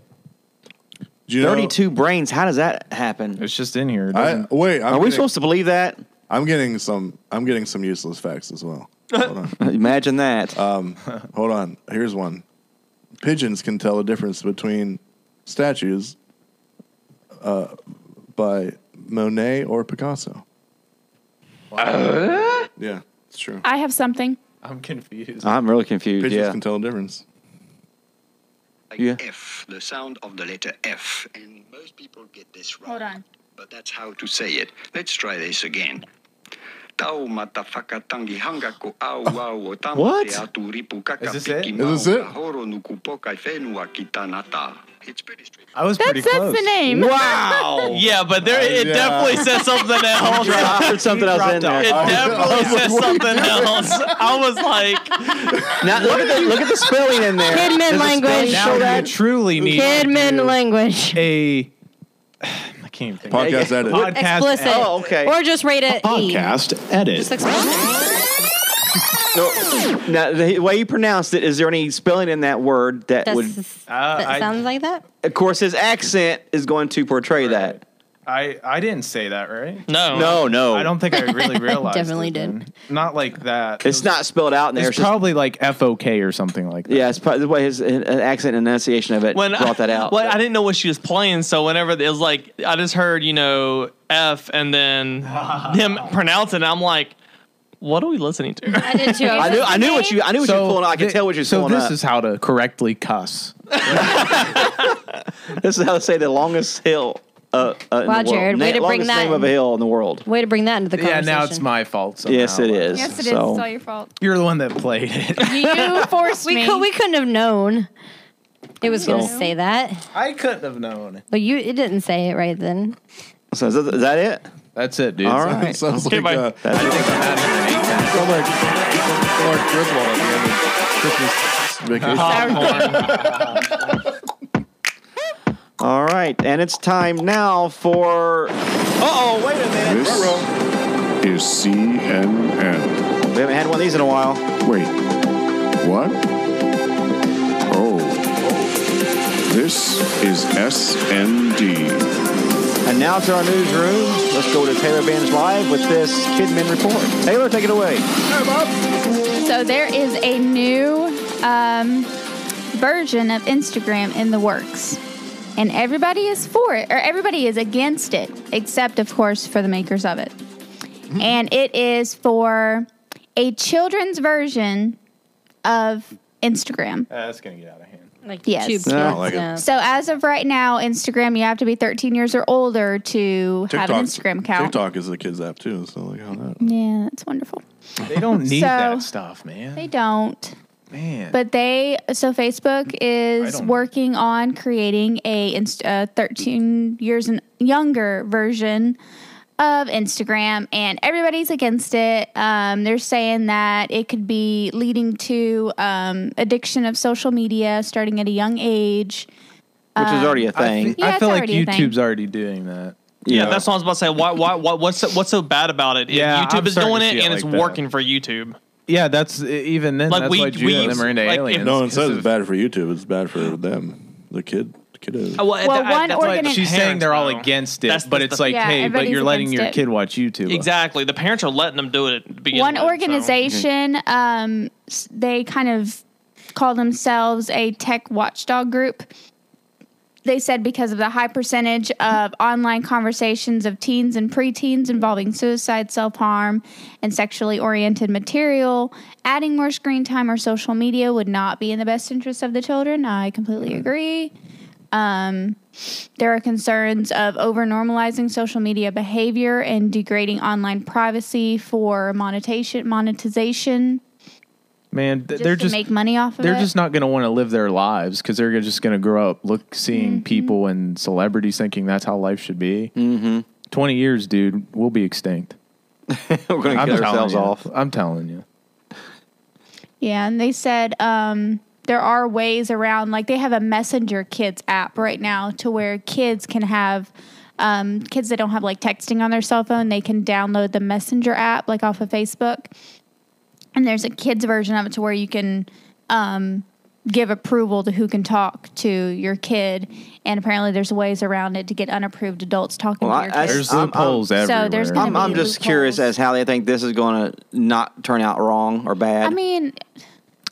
Speaker 5: Do you know-
Speaker 2: Thirty-two brains. How does that happen?
Speaker 3: It's just in here. It
Speaker 5: I,
Speaker 3: doesn't-
Speaker 5: wait,
Speaker 2: Are
Speaker 5: I'm
Speaker 2: we
Speaker 5: getting,
Speaker 2: supposed to believe that?
Speaker 5: I'm getting some. I'm getting some useless facts as well. Hold on.
Speaker 2: Imagine that.
Speaker 5: Uh, Hold on. Here's one. Pigeons can tell the difference between statues uh, by Monet or Picasso. Yeah, it's true.
Speaker 6: I have something.
Speaker 3: I'm confused.
Speaker 2: I'm really confused.
Speaker 5: Pigeons
Speaker 2: yeah.
Speaker 5: can tell the difference.
Speaker 2: Yeah.
Speaker 9: F, the sound of the letter F. And most people get this wrong.
Speaker 6: Hold on.
Speaker 9: But that's how to say it. Let's try this again. Tau matafaka tangi hanga ko au au o tama
Speaker 2: What?
Speaker 9: te atu ripu kaka
Speaker 3: Is this it?
Speaker 9: piki
Speaker 5: Is
Speaker 9: mau
Speaker 5: this it?
Speaker 9: ka horo nuku pokai whenua ki tanata. It's pretty straight.
Speaker 3: I was
Speaker 6: That's
Speaker 3: pretty
Speaker 6: that's
Speaker 3: close.
Speaker 6: the name.
Speaker 2: Wow.
Speaker 7: Yeah, but there it
Speaker 5: yeah.
Speaker 7: definitely says something else.
Speaker 2: I
Speaker 7: it
Speaker 2: offered something else in there.
Speaker 7: definitely says something else. I was like,
Speaker 2: Now, look, at the, look at the spelling in there.
Speaker 4: Kidman
Speaker 2: Does the spelling
Speaker 4: language.
Speaker 2: Show
Speaker 3: Now you
Speaker 2: that.
Speaker 3: truly need
Speaker 4: Kidman language.
Speaker 3: a. I can't even think.
Speaker 5: Podcast edit.
Speaker 3: Podcast
Speaker 4: Explicit.
Speaker 3: edit.
Speaker 2: Oh, okay.
Speaker 4: Or just rate it. E.
Speaker 8: Podcast edit.
Speaker 4: Just explicit.
Speaker 2: Now, the way you pronounced it, is there any spelling in that word that
Speaker 4: That's,
Speaker 2: would?
Speaker 4: that
Speaker 3: I-
Speaker 4: sounds like that.
Speaker 2: Of course, his accent is going to portray that.
Speaker 3: I I didn't say that right.
Speaker 7: No.
Speaker 2: No, no,
Speaker 3: I don't think I really realized.
Speaker 4: Definitely
Speaker 3: it then.
Speaker 4: didn't.
Speaker 3: Not like that.
Speaker 2: It's not spelled out in there.
Speaker 3: It's
Speaker 2: It's just-
Speaker 3: probably like F O K or something like that.
Speaker 2: yeah, it's probably the way his, his accent and enunciation of it
Speaker 7: When
Speaker 2: brought that out.
Speaker 7: Well, I didn't know what she was playing, so whenever it was like, I just heard you know F and then him pronounce it. And I'm like, what are we listening to?
Speaker 4: I did too.
Speaker 2: I knew, I knew what you, I knew what you were pulling. out. I could
Speaker 3: thi-
Speaker 2: tell what you're
Speaker 3: so
Speaker 2: pulling.
Speaker 3: this
Speaker 2: up.
Speaker 3: is how to correctly cuss.
Speaker 2: This is how they say the longest hill. Uh, uh, in
Speaker 4: Wow,
Speaker 2: the world.
Speaker 4: Jared, way
Speaker 2: Na-
Speaker 4: to bring
Speaker 2: longest
Speaker 4: that
Speaker 2: name of
Speaker 4: in.
Speaker 2: a hill in the world.
Speaker 4: Way to bring that into the
Speaker 3: Yeah,
Speaker 4: conversation.
Speaker 3: now it's my fault. Somehow.
Speaker 2: Yes, it is.
Speaker 6: Yes, it
Speaker 2: So-
Speaker 6: is. It's all your fault.
Speaker 3: You're the one that played it.
Speaker 6: You forced
Speaker 4: We
Speaker 6: me.
Speaker 4: could we couldn't have known. It was gonna
Speaker 2: So-
Speaker 4: say that,
Speaker 3: I couldn't have known.
Speaker 4: but you it didn't say it right then.
Speaker 2: So is that, is that it?
Speaker 3: That's it, dude.
Speaker 2: All right.
Speaker 5: Sounds
Speaker 7: Okay,
Speaker 5: like,
Speaker 7: bye.
Speaker 5: uh,
Speaker 2: That's it.
Speaker 5: sounds like Lord Griswold at the end of Christmas vacation.
Speaker 7: Uh-huh.
Speaker 2: All right, and it's time now for. Oh, wait a minute.
Speaker 8: This is CNN.
Speaker 2: We haven't had one of these in a while.
Speaker 8: Wait, what? Oh, this is SND.
Speaker 2: And now to our newsroom. Let's go to Taylor Bands Live with this Kidman report. Taylor, take it away.
Speaker 6: So there is a new um, version of Instagram in the works. And everybody is for it, or everybody is against it, except, of course, for the makers of it.
Speaker 5: Mm-hmm.
Speaker 6: And it is for a children's version of Instagram.
Speaker 3: That's gonna get out of hand.
Speaker 4: Like
Speaker 6: Yes.
Speaker 4: tube
Speaker 6: No,
Speaker 4: kids,
Speaker 5: I like it.
Speaker 4: no.
Speaker 6: So, as of right now, Instagram, you have to be 13 years or older to have an
Speaker 5: TikTok's-
Speaker 6: Instagram account.
Speaker 5: TikTok is the kids app too. So like, how that?
Speaker 6: Yeah, that's wonderful.
Speaker 3: They don't need
Speaker 6: So-
Speaker 3: that stuff, man.
Speaker 6: They don't.
Speaker 3: man.
Speaker 6: But they so Facebook
Speaker 3: I
Speaker 6: is
Speaker 3: don't-
Speaker 6: working on creating a inst- uh, 13 years and younger version of Instagram, and everybody's against it. Um, they're saying that it could be leading to um, addiction of social media starting at a young age.
Speaker 2: Which is already a
Speaker 3: I,
Speaker 2: thing.
Speaker 3: fe- I
Speaker 6: Yeah,
Speaker 3: feel
Speaker 6: it's
Speaker 3: like
Speaker 6: already a thing.
Speaker 3: YouTube's already doing that.
Speaker 7: Yeah,
Speaker 2: Yeah.
Speaker 7: that's what I was about to say. Why, why, why what's so, what's so bad about it? If
Speaker 3: Yeah,
Speaker 7: YouTube
Speaker 3: I'm
Speaker 7: is
Speaker 3: starting
Speaker 7: doing
Speaker 3: to see
Speaker 7: it
Speaker 3: it
Speaker 7: and
Speaker 3: like
Speaker 7: it's
Speaker 3: that.
Speaker 7: working for YouTube.
Speaker 6: Uh,
Speaker 3: Yeah, that's e, even then.
Speaker 7: Like,
Speaker 3: that's
Speaker 7: we-
Speaker 3: why
Speaker 7: we-
Speaker 3: Judah and them are into
Speaker 7: like, if-
Speaker 3: aliens.
Speaker 5: No one says
Speaker 3: because
Speaker 5: it's
Speaker 3: of-
Speaker 5: bad for YouTube. It's bad for them, the kid, the kiddos.
Speaker 7: Uh,
Speaker 6: Well,
Speaker 7: that-
Speaker 6: one
Speaker 7: that's like
Speaker 6: organ-
Speaker 7: the
Speaker 3: She's saying they're all
Speaker 7: parents, though.
Speaker 3: against it,
Speaker 7: That's-
Speaker 3: but
Speaker 7: that's
Speaker 3: it's
Speaker 7: the-
Speaker 3: like,
Speaker 6: Yeah,
Speaker 3: hey, but
Speaker 6: everybody's
Speaker 3: you're letting
Speaker 6: against
Speaker 3: your
Speaker 6: it.
Speaker 3: kid watch YouTube.
Speaker 7: exactly the parents are letting them do it. At the beginning
Speaker 6: One organization, um, s- they kind of call themselves a tech watchdog group. They said because of the high percentage of online conversations of teens and preteens involving suicide, self harm, and sexually oriented material, adding more screen time or social media would not be in the best interest of the children. I
Speaker 7: Hmm.
Speaker 6: completely agree. Um, There are concerns of over normalizing social media behavior and degrading online privacy for monetization. Monetization,
Speaker 3: Man, th-
Speaker 6: just
Speaker 3: they're
Speaker 6: to
Speaker 3: just
Speaker 6: make money off of
Speaker 3: they're
Speaker 6: it.
Speaker 3: just not going to want to live their lives because they're just going to grow up look seeing people and celebrities thinking that's how life should be. Mm-hmm. Twenty years, dude, we'll be extinct.
Speaker 2: We're going to
Speaker 3: I'm
Speaker 2: get
Speaker 3: telling
Speaker 2: ourselves
Speaker 3: you.
Speaker 2: off.
Speaker 3: I'm telling you.
Speaker 6: yeah, and they said um, there are ways around. Like they have a Messenger Kids app right now to where kids can have. Um, kids that don't have like texting on their cell phone, they can download the Messenger app like off of Facebook. And there's a kids version of it to where you can um, give approval to who can talk to your kid, and apparently there's ways around it to get unapproved adults talking
Speaker 2: Well,
Speaker 6: to your
Speaker 2: I- I-
Speaker 6: kid.
Speaker 3: There's
Speaker 2: I'm-
Speaker 3: loopholes
Speaker 6: I'm-
Speaker 3: everywhere.
Speaker 6: so there's gonna
Speaker 2: I'm, I'm
Speaker 6: Maybe
Speaker 2: just curious
Speaker 6: loopholes.
Speaker 2: as how they think this is going to not turn out wrong or bad.
Speaker 6: I mean,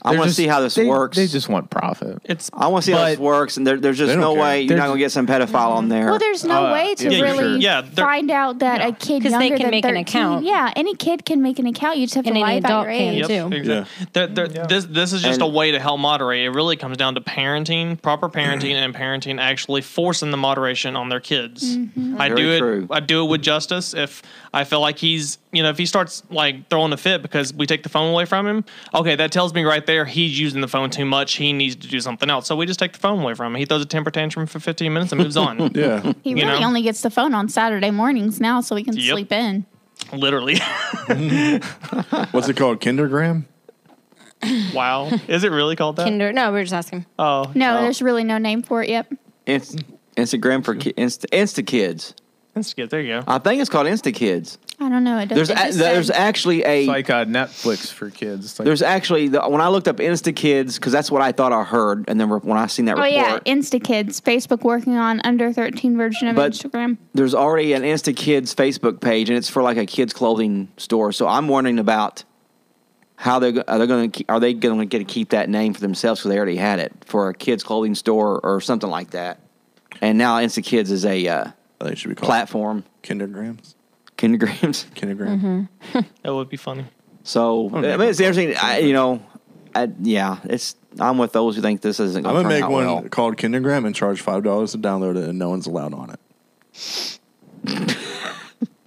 Speaker 2: I
Speaker 3: They're
Speaker 2: want to
Speaker 3: just-
Speaker 2: see how this
Speaker 3: they-
Speaker 2: works.
Speaker 3: They just want profit.
Speaker 7: It's
Speaker 2: I want to see how this
Speaker 3: But-
Speaker 2: works, and there, there's
Speaker 5: They
Speaker 2: just
Speaker 5: don't
Speaker 2: no
Speaker 5: care.
Speaker 2: way you're not
Speaker 3: There's-
Speaker 2: going to get some pedophile on there.
Speaker 6: well, there's no
Speaker 3: Uh,
Speaker 6: way to
Speaker 3: yeah,
Speaker 6: really
Speaker 3: sure.
Speaker 7: Yeah, they're-
Speaker 6: find out that a kid
Speaker 4: 'Cause
Speaker 6: younger
Speaker 4: they can
Speaker 6: than
Speaker 4: make an
Speaker 6: 13
Speaker 4: account.
Speaker 6: Yeah, any kid can make an account. You just have
Speaker 4: And
Speaker 6: to
Speaker 4: any
Speaker 6: lie about
Speaker 4: adult
Speaker 6: your
Speaker 4: can.
Speaker 6: age.
Speaker 7: Yep,
Speaker 4: too.
Speaker 7: exactly. They're- they're- This this is just
Speaker 2: And-
Speaker 7: a way to help moderate. It really comes down to parenting, proper parenting, and parenting actually forcing the moderation on their kids. I
Speaker 2: Mm-hmm. Very
Speaker 7: do it.
Speaker 2: true.
Speaker 7: I do it with justice. If I feel like he's, you know, if he starts like throwing a fit because we take the phone away from him, okay, that tells me right there he's using the phone too much. He needs to do something else. So we just take the phone away from him. He throws a temper tantrum for 15 minutes and moves on.
Speaker 5: yeah,
Speaker 6: He
Speaker 7: You
Speaker 6: really
Speaker 7: know?
Speaker 6: only gets the phone on Saturday mornings now, so he can
Speaker 7: Yep.
Speaker 6: sleep in.
Speaker 7: Literally.
Speaker 5: what's it called? Kindergram.
Speaker 7: wow. Is it really called that?
Speaker 4: Kinder. No, we are just asking.
Speaker 7: oh.
Speaker 6: No, there's really no name for it. Yep.
Speaker 2: Inst- Instagram for ki- Insta, Insta Kids.
Speaker 7: That's good. There you go.
Speaker 2: I think it's called Insta Kids.
Speaker 6: I don't know. It does,
Speaker 2: There's
Speaker 6: it
Speaker 2: a,
Speaker 6: just
Speaker 2: there's
Speaker 6: said-
Speaker 2: actually a
Speaker 3: It's like uh, Netflix for kids. It's like-
Speaker 2: there's actually the, when I looked up Insta Kids because that's what I thought I heard, and then re- when I seen that
Speaker 6: oh
Speaker 2: report,
Speaker 6: yeah, Insta Kids. Facebook working on under thirteen version of
Speaker 2: But-
Speaker 6: Instagram.
Speaker 2: there's already an Insta Kids Facebook page, and it's for like a kids clothing store. So I'm wondering about how they're go- are they going to are they going to get to keep that name for themselves because they already had it for a kids clothing store or something like that. And now Insta Kids is a uh,
Speaker 5: I think it should be called
Speaker 2: platform
Speaker 5: Kindergrams.
Speaker 2: kindergrams.
Speaker 5: Kindergram.
Speaker 7: That would be funny.
Speaker 2: So
Speaker 3: Oh,
Speaker 2: I mean, it's interesting. I, you know, I, yeah, it's I'm with those who think this isn't
Speaker 5: I'm
Speaker 2: going
Speaker 5: gonna
Speaker 2: to
Speaker 5: make one
Speaker 2: Well.
Speaker 5: called Kindergram and charge five dollars to download it, and no one's allowed on it.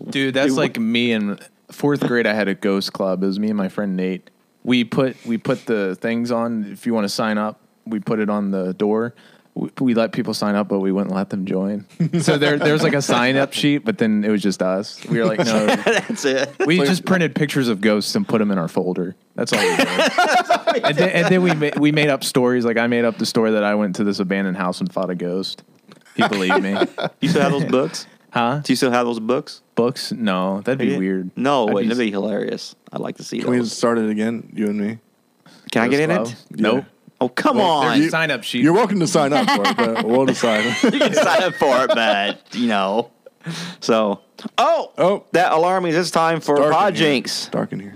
Speaker 3: Dude, that's like me in fourth grade. I had a ghost club. It was me and my friend Nate. We put we put the things on. If you want to sign up, we put it on the door. We, we let people sign up, but we wouldn't let them join. So there there's like a sign up sheet, but then it was just us. We were like, no.
Speaker 2: That's it.
Speaker 3: We just printed pictures of ghosts and put them in our folder. That's all we did. and, then, and then we ma- we made up stories. Like I made up the story that I went to this abandoned house and fought a ghost. He believed me.
Speaker 2: Do you still have those books?
Speaker 3: Huh?
Speaker 2: Do you still have those books?
Speaker 3: Books? No, that'd be weird.
Speaker 2: No,
Speaker 3: That'd
Speaker 2: wouldn't.
Speaker 3: be-
Speaker 2: it'd be hilarious. I'd like to see
Speaker 5: Can we
Speaker 2: those.
Speaker 5: start it again, you and me?
Speaker 2: Can I get in it?
Speaker 3: Nope.
Speaker 2: Oh, come on.
Speaker 3: There's
Speaker 2: You
Speaker 3: a sign up sheet.
Speaker 5: You're welcome to sign up for it, but we'll decide.
Speaker 2: can sign up for it, but, you know. So, oh,
Speaker 5: Oh.
Speaker 2: that alarm means it's time for
Speaker 5: Dark in
Speaker 2: Pod
Speaker 5: here.
Speaker 2: Jinx.
Speaker 5: Dark in here.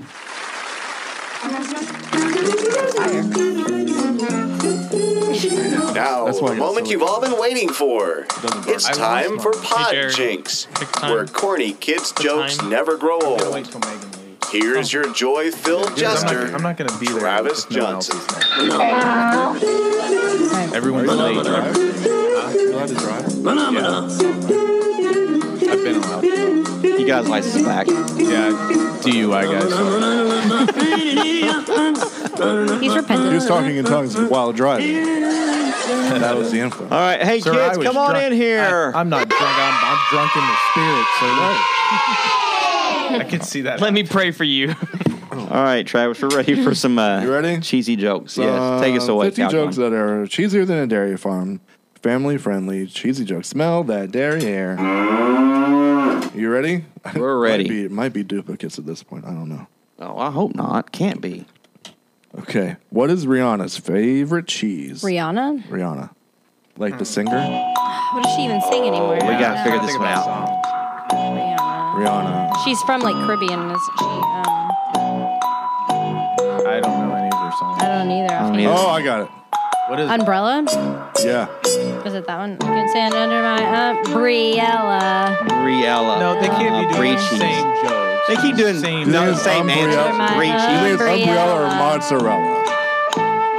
Speaker 1: Now,
Speaker 5: That's why
Speaker 1: the
Speaker 5: I got
Speaker 1: moment
Speaker 5: so
Speaker 1: you've all been waiting for. It's
Speaker 3: I
Speaker 1: time
Speaker 3: lost
Speaker 1: for
Speaker 3: mine.
Speaker 1: Pod
Speaker 7: Hey, Jared.
Speaker 1: Jinx,
Speaker 7: Pick time.
Speaker 1: where corny kids' jokes
Speaker 7: time.
Speaker 1: never grow
Speaker 3: Gotta wait
Speaker 1: old.
Speaker 3: till Megan leaves.
Speaker 1: Here's your joy filled
Speaker 3: Dude, I'm not-
Speaker 1: jester.
Speaker 3: I'm not gonna be there.
Speaker 1: Travis
Speaker 3: if no one else
Speaker 1: Johnson.
Speaker 3: is there. Everyone's late. I've been allowed.
Speaker 2: You guys like back.
Speaker 3: Yeah, DUI guys.
Speaker 4: He's
Speaker 5: He
Speaker 4: repentant.
Speaker 5: was talking in tongues while driving. that was the influence.
Speaker 2: All right. Hey,
Speaker 3: Sir, I
Speaker 2: kids,
Speaker 3: was
Speaker 2: come on
Speaker 3: drunk.
Speaker 2: in here.
Speaker 3: I, am not drunk. I'm, I'm drunk in the spirit. So I can see that.
Speaker 7: Let me pray for you.
Speaker 2: all right, Travis, we're ready for some uh,
Speaker 5: You ready?
Speaker 2: cheesy jokes. yes. Take us
Speaker 5: Uh,
Speaker 2: away,
Speaker 5: 50
Speaker 2: Calgon.
Speaker 5: jokes that are cheesier than a dairy farm. Family friendly, cheesy jokes. Smell that dairy air. You ready?
Speaker 2: We're ready.
Speaker 5: might, be, might be duplicates at this point. I don't know.
Speaker 2: Oh, I hope not. Can't be.
Speaker 5: Okay. What is Rihanna's favorite cheese?
Speaker 4: Rihanna?
Speaker 5: Rihanna. Like the singer?
Speaker 4: What does she even sing anymore?
Speaker 2: We gotta figure this
Speaker 3: Think
Speaker 2: one
Speaker 3: about
Speaker 2: out.
Speaker 4: Rihanna.
Speaker 5: Rihanna.
Speaker 4: She's from like Caribbean, isn't she? Um,
Speaker 3: songs. I don't know any of their
Speaker 4: I
Speaker 3: songs.
Speaker 4: don't either.
Speaker 2: I
Speaker 4: off
Speaker 2: don't
Speaker 4: hand.
Speaker 2: either.
Speaker 5: Oh, I got it.
Speaker 3: What is?
Speaker 4: Umbrella?
Speaker 5: Yeah.
Speaker 6: Uh,
Speaker 4: Was it that one? I can say it under my um, Briella.
Speaker 2: Briella.
Speaker 3: no, they
Speaker 2: Uh,
Speaker 3: can't be doing
Speaker 2: Brie
Speaker 3: the
Speaker 2: cheese.
Speaker 3: same jokes.
Speaker 2: They keep doing
Speaker 3: Same
Speaker 2: no, the same
Speaker 5: thing. Umbrella.
Speaker 2: answer. Brie
Speaker 5: You
Speaker 2: cheese.
Speaker 5: think it's umbrella or
Speaker 4: Umbrella.
Speaker 5: mozzarella?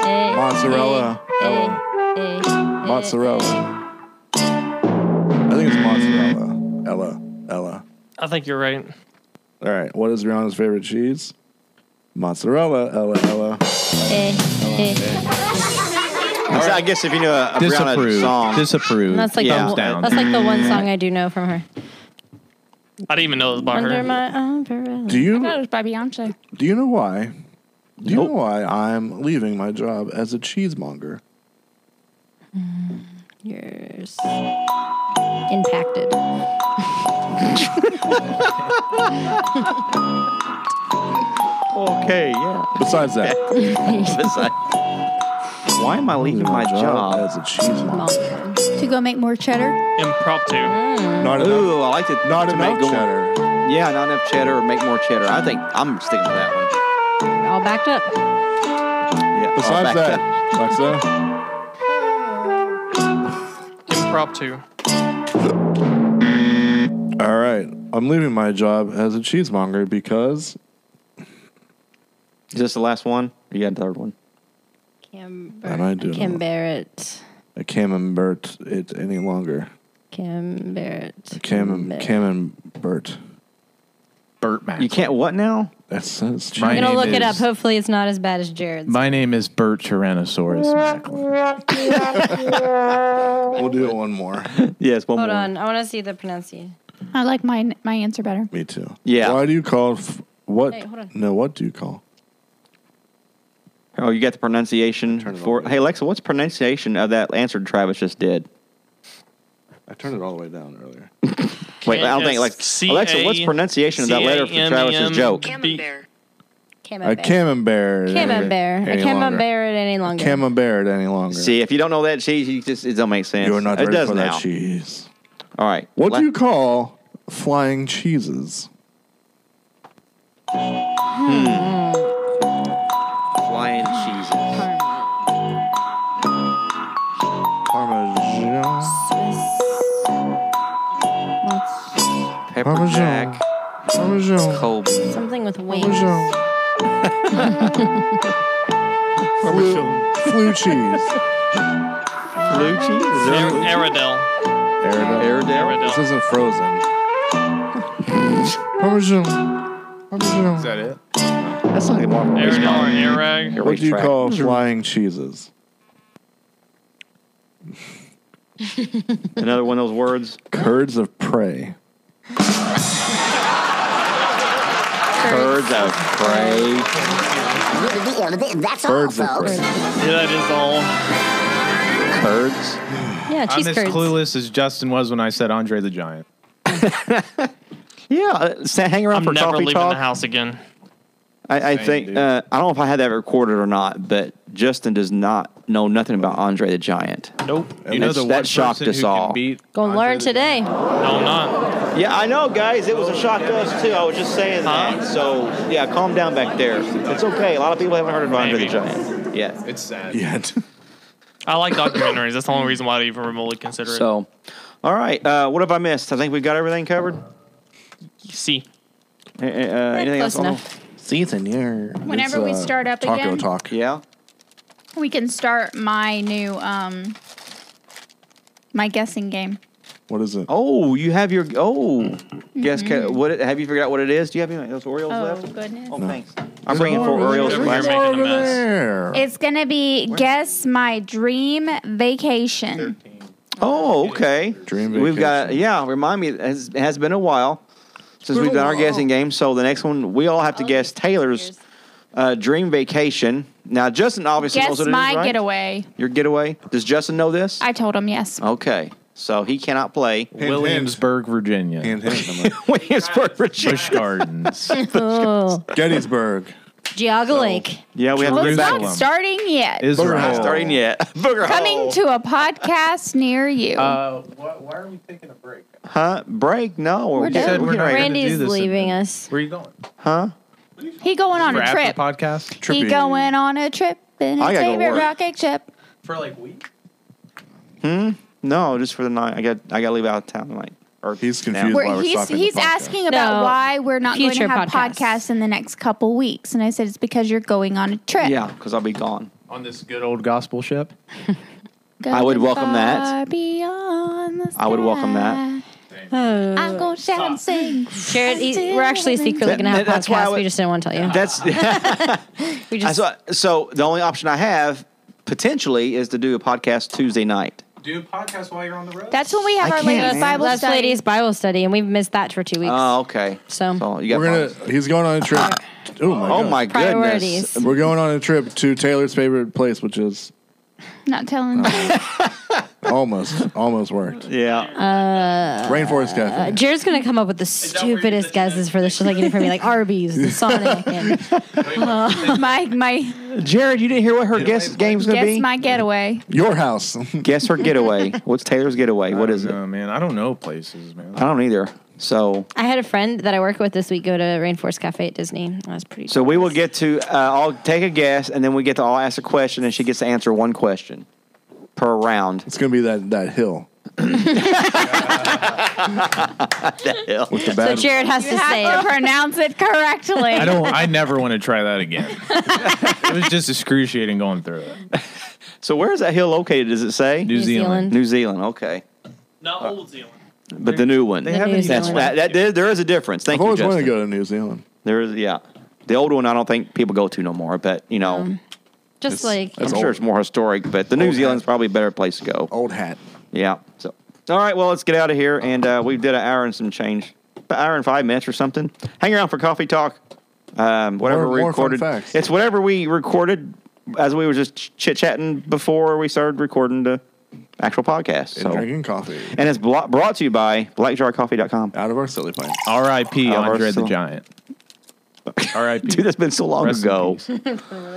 Speaker 4: Eh,
Speaker 5: Mozzarella.
Speaker 4: eh,
Speaker 5: Ella.
Speaker 4: eh, eh,
Speaker 5: Mozzarella. I think it's mozzarella. Ella. Ella.
Speaker 7: I think you're right.
Speaker 5: All right. What is Rihanna's favorite cheese? Mozzarella. Ella. Ella.
Speaker 4: eh, eh, eh.
Speaker 2: So I guess if you knew a, a Brianna
Speaker 3: Disapprove.
Speaker 2: song,
Speaker 3: Disapprove.
Speaker 4: That's like,
Speaker 2: Yeah.
Speaker 4: the,
Speaker 3: Down.
Speaker 4: that's like the one song I do know from her.
Speaker 7: I didn't even know it was by
Speaker 4: Under
Speaker 7: her.
Speaker 4: my umbrella.
Speaker 5: Do
Speaker 6: I thought it
Speaker 5: you
Speaker 6: was by Beyonce.
Speaker 5: do you know why? Do you know why I'm leaving my job as a cheesemonger?
Speaker 4: You're s- impacted.
Speaker 2: okay, yeah.
Speaker 5: Besides that,
Speaker 2: Why am I leaving my job?
Speaker 5: as a cheesemonger.
Speaker 6: To go make more cheddar.
Speaker 4: Uh-huh.
Speaker 7: Impromptu.
Speaker 5: Not enough.
Speaker 2: Ooh, I like to
Speaker 5: Not
Speaker 2: to make
Speaker 5: enough
Speaker 2: more-
Speaker 5: cheddar.
Speaker 2: Yeah, not enough cheddar or make more cheddar. I think I'm sticking with that one.
Speaker 4: All backed up.
Speaker 2: Yeah. I'll
Speaker 5: Besides
Speaker 2: back
Speaker 5: that, Alexa,
Speaker 7: Impromptu.
Speaker 5: all right, I'm leaving my job as a cheesemonger because
Speaker 2: Is this the last one? Or you got a third one?
Speaker 4: Kim,
Speaker 5: That I do
Speaker 4: Kim
Speaker 5: know.
Speaker 4: Barrett.
Speaker 5: I can't convert it any longer.
Speaker 4: Kim Barrett.
Speaker 5: Cam and Bert.
Speaker 3: Burt Mac.
Speaker 2: You can't what now?
Speaker 5: That's, that's cheese.
Speaker 3: My
Speaker 4: I'm gonna
Speaker 3: name
Speaker 4: look it up.
Speaker 3: is-
Speaker 4: Hopefully, it's not as bad as Jared's.
Speaker 3: My name is Bert Tyrannosaurus Macklin.
Speaker 5: We'll do it one more.
Speaker 2: Yes, one
Speaker 4: Hold
Speaker 2: more.
Speaker 4: on, I want to see the pronunciation.
Speaker 6: I like my my answer better.
Speaker 5: Me too.
Speaker 2: Yeah.
Speaker 5: Why do you call f- what?
Speaker 4: Hey, hold on.
Speaker 5: No, what do you call?
Speaker 2: Oh, you got the pronunciation for. Hey, Alexa, what's pronunciation of that answer Travis just did?
Speaker 5: I turned it all the way down earlier.
Speaker 2: Wait, I don't think like Alexa. What's pronunciation of that letter for Travis's joke?
Speaker 10: Camembert.
Speaker 5: I can't bear it. any-
Speaker 4: Camembert. I
Speaker 5: any
Speaker 4: can't
Speaker 5: longer.
Speaker 4: bear it any longer.
Speaker 5: Can't bear it any longer.
Speaker 2: See, if you don't know that cheese, you just it don't make sense.
Speaker 5: you are not
Speaker 2: it
Speaker 5: ready
Speaker 2: does
Speaker 5: for
Speaker 2: now.
Speaker 5: that cheese.
Speaker 2: All right.
Speaker 5: What
Speaker 2: La-
Speaker 5: do you call flying cheeses?
Speaker 2: flying cheeses?
Speaker 5: Parmesan.
Speaker 2: Pepper
Speaker 5: Parmesan.
Speaker 2: jack,
Speaker 5: Parmesan.
Speaker 2: cold
Speaker 4: Something with wings.
Speaker 5: Parmesan. flu, flu cheese.
Speaker 2: blue cheese.
Speaker 7: Aerodel.
Speaker 5: Air This
Speaker 7: Aerodel.
Speaker 5: isn't frozen. Parmesan. Parmesan.
Speaker 3: Is that it?
Speaker 2: That's not more.
Speaker 7: Aerodel or Airag.
Speaker 5: What do you call flying cheeses?
Speaker 2: another one of those words?
Speaker 5: Curds of prey.
Speaker 2: Birds of prey.
Speaker 10: That's
Speaker 5: Birds of prey.
Speaker 7: Yeah, that is all.
Speaker 2: Birds.
Speaker 4: Yeah,
Speaker 3: I'm
Speaker 4: cheese
Speaker 3: as
Speaker 4: curds.
Speaker 3: clueless as Justin was when I said Andre the Giant.
Speaker 2: Yeah, uh, sa- hang around
Speaker 7: I'm
Speaker 2: for
Speaker 7: never
Speaker 2: coffee
Speaker 7: leaving
Speaker 2: talk.
Speaker 7: the house again.
Speaker 2: I, I
Speaker 3: Same,
Speaker 2: think
Speaker 3: dude.
Speaker 2: uh, I don't know if I had that recorded or not, but Justin does not know nothing about Andre the Giant.
Speaker 7: Nope.
Speaker 3: You know
Speaker 2: that's-
Speaker 3: the
Speaker 2: that
Speaker 3: one
Speaker 2: shocked
Speaker 3: person
Speaker 2: us
Speaker 3: who can
Speaker 2: all.
Speaker 3: beat
Speaker 4: Gonna
Speaker 3: Andre
Speaker 4: learn
Speaker 3: the
Speaker 4: today.
Speaker 7: No, I'm not.
Speaker 2: Yeah, I know, guys. It was a shock to us too. I was just saying
Speaker 7: Huh?
Speaker 2: that. So yeah, calm down back there. It's okay. A lot of people haven't heard of Andre the
Speaker 7: Maybe.
Speaker 2: Giant yet.
Speaker 3: Giant? It's sad.
Speaker 5: Yet.
Speaker 7: I like documentaries. That's the only reason why I even remotely consider it.
Speaker 2: So, all right. Uh, what have I missed? I think we've got everything covered.
Speaker 7: See,
Speaker 2: Uh, uh, anything else?
Speaker 4: close
Speaker 2: on
Speaker 4: enough.
Speaker 5: Season year.
Speaker 6: Whenever we start up
Speaker 5: uh, taco
Speaker 6: again.
Speaker 5: talk.
Speaker 2: the- Yeah.
Speaker 6: We can start my new um my guessing game.
Speaker 5: What is it?
Speaker 2: Oh, you have your oh. Guess ca- what? It, have you figured out what it is? Do you have any of those Oreos
Speaker 6: Mm-hmm. Oh
Speaker 2: left?
Speaker 6: goodness.
Speaker 2: Oh, thanks. I'm bringing four Oreos for
Speaker 7: Over here.
Speaker 2: you.
Speaker 7: making a
Speaker 5: Over
Speaker 7: mess.
Speaker 5: there.
Speaker 6: It's gonna be guess my dream vacation.
Speaker 2: Oh, okay.
Speaker 5: Dream
Speaker 2: We've got
Speaker 5: vacation.
Speaker 2: yeah. Remind me, it has, it has been a while since we've
Speaker 5: a
Speaker 2: done our
Speaker 5: while.
Speaker 2: guessing game. So the next one, we all have to
Speaker 4: Oh,
Speaker 2: guess Taylor's uh, dream vacation. Now Justin obviously knows
Speaker 6: Guess
Speaker 2: what it is,
Speaker 6: my
Speaker 2: right?
Speaker 6: getaway.
Speaker 2: Your getaway. Does Justin know this?
Speaker 6: I told him yes.
Speaker 2: okay, so he cannot play
Speaker 3: Williamsburg, Virginia.
Speaker 5: Hand, hand.
Speaker 2: Williamsburg, Virginia.
Speaker 3: Bush Gardens.
Speaker 4: Oh,
Speaker 5: Gettysburg.
Speaker 4: Geauga Lake.
Speaker 2: Yeah, we have
Speaker 6: Well,
Speaker 2: to
Speaker 6: it's
Speaker 2: get back.
Speaker 3: Jerusalem.
Speaker 6: not starting yet.
Speaker 2: We're not
Speaker 3: Israel.
Speaker 2: starting yet. Booger
Speaker 6: Coming
Speaker 2: hole.
Speaker 6: to a podcast near you.
Speaker 3: Uh, wh- why are we taking a break?
Speaker 2: huh? Break? No, we're,
Speaker 4: We're
Speaker 2: getting-
Speaker 4: done.
Speaker 3: we're
Speaker 2: getting
Speaker 3: not
Speaker 2: ready.
Speaker 3: gonna do
Speaker 4: Randy's
Speaker 3: this
Speaker 4: leaving
Speaker 3: again.
Speaker 4: us.
Speaker 3: Where are you going?
Speaker 2: Huh?
Speaker 6: he going on
Speaker 3: For
Speaker 6: a
Speaker 3: after
Speaker 6: trip.
Speaker 3: the podcast?
Speaker 6: He
Speaker 5: Trippy.
Speaker 6: going on a trip in
Speaker 2: I gotta
Speaker 6: his
Speaker 2: go
Speaker 6: favorite
Speaker 2: work.
Speaker 6: rock egg chip.
Speaker 3: For like a week?
Speaker 2: No, just for the night. I got. I got to leave out of town tonight. Or
Speaker 5: He's
Speaker 2: now.
Speaker 5: confused. why
Speaker 6: Where
Speaker 5: we're
Speaker 6: he's
Speaker 5: stopping the
Speaker 6: he's
Speaker 5: podcast.
Speaker 6: asking about
Speaker 4: No,
Speaker 6: why we're not going
Speaker 4: future
Speaker 6: to have
Speaker 4: podcasts.
Speaker 6: podcasts in the next couple weeks, and I said it's because you're going on a trip.
Speaker 2: Yeah, because I'll be gone.
Speaker 3: On this good old gospel ship?
Speaker 6: Going
Speaker 2: I would welcome that.
Speaker 6: far beyond the
Speaker 2: I would welcome that.
Speaker 6: sky.
Speaker 4: Oh.
Speaker 6: I'm gonna shout and sing.
Speaker 4: Jared, he- we're actually secretly
Speaker 2: That-
Speaker 4: going to have
Speaker 2: that's why I
Speaker 4: podcasts.
Speaker 2: would-
Speaker 4: We just didn't want to tell you.
Speaker 2: That's
Speaker 4: we
Speaker 2: I
Speaker 4: just
Speaker 2: saw, so the only option I have potentially is to do a podcast Tuesday night.
Speaker 3: Do a podcast while you're on the road?
Speaker 6: That's when we have
Speaker 2: I
Speaker 6: our
Speaker 2: can't,
Speaker 6: latest
Speaker 2: man.
Speaker 6: Bible
Speaker 4: Last
Speaker 6: study.
Speaker 4: Ladies Bible Study, and we've missed that for two weeks.
Speaker 2: Oh, okay.
Speaker 4: So-
Speaker 2: you got
Speaker 5: We're gonna.
Speaker 2: problems.
Speaker 5: He's going on a trip. Oh my.
Speaker 2: Oh
Speaker 5: God.
Speaker 2: my
Speaker 4: Priorities.
Speaker 2: goodness.
Speaker 5: We're going on a trip to Taylor's favorite place, which is
Speaker 6: Not telling.
Speaker 5: almost almost worked.
Speaker 2: Yeah.
Speaker 5: Rainforest Cafe.
Speaker 4: Jared's gonna come up with the
Speaker 7: that where you
Speaker 4: stupidest
Speaker 7: said
Speaker 4: guesses for this, just like you did for me, like Arby's, the Sonic, and
Speaker 6: my my
Speaker 2: Jared, you didn't hear what her guess game's gonna
Speaker 6: guess
Speaker 2: be?
Speaker 6: my getaway.
Speaker 5: Your house.
Speaker 2: guess her getaway. What's Taylor's getaway? What is it?
Speaker 3: Oh, man. I don't know places,
Speaker 2: I
Speaker 3: man.
Speaker 2: don't either. So
Speaker 4: I had a friend that I work with this week go to Rainforest Cafe at Disney. That was pretty.
Speaker 2: so we will get to uh, all take a guess and then we get to all ask a question and she gets to answer one question per round.
Speaker 5: It's gonna be that that hill with the
Speaker 4: So
Speaker 5: bad.
Speaker 4: Jared has to
Speaker 6: You
Speaker 4: say,
Speaker 6: have to pronounce it correctly.
Speaker 3: I don't. I never want to try that again. it was just excruciating going through it.
Speaker 2: So where is that hill located? Does it say?
Speaker 3: New,
Speaker 4: New
Speaker 3: Zealand.
Speaker 2: New Zealand. Okay.
Speaker 7: not Old Zealand.
Speaker 2: But the new one.
Speaker 3: They haven't
Speaker 4: New
Speaker 3: even-
Speaker 2: That's that, that, there, there is a difference. Thank
Speaker 5: I've
Speaker 2: you,
Speaker 5: always
Speaker 2: Justin.
Speaker 5: wanted to go to New Zealand.
Speaker 2: There is, yeah. The old one, I don't think people go to no more, but you know,
Speaker 4: just like
Speaker 2: I'm
Speaker 5: That's
Speaker 2: sure
Speaker 5: old.
Speaker 2: it's more historic. But the New Zealand's probably a better place to go.
Speaker 5: Old hat.
Speaker 2: Yeah. So, all right, well, let's get out of here, and uh, we did an hour and some change, an hour and five minutes or something. Hang around for coffee talk. Um, whatever
Speaker 5: More-
Speaker 2: we
Speaker 5: more fun
Speaker 2: recorded,
Speaker 5: facts.
Speaker 2: it's whatever we recorded as we were just chit chatting before we started recording to actual podcast.
Speaker 5: and
Speaker 2: So,
Speaker 5: drinking coffee
Speaker 2: and it's blo- brought to you by blackjarcoffee.com.
Speaker 5: out of our silly plane.
Speaker 3: R.I.P.
Speaker 2: Alvar
Speaker 3: Andre the
Speaker 2: Sil-
Speaker 3: Giant. R.I.P.
Speaker 2: Dude, that's been so long
Speaker 3: Rest in
Speaker 2: ago.
Speaker 3: peace.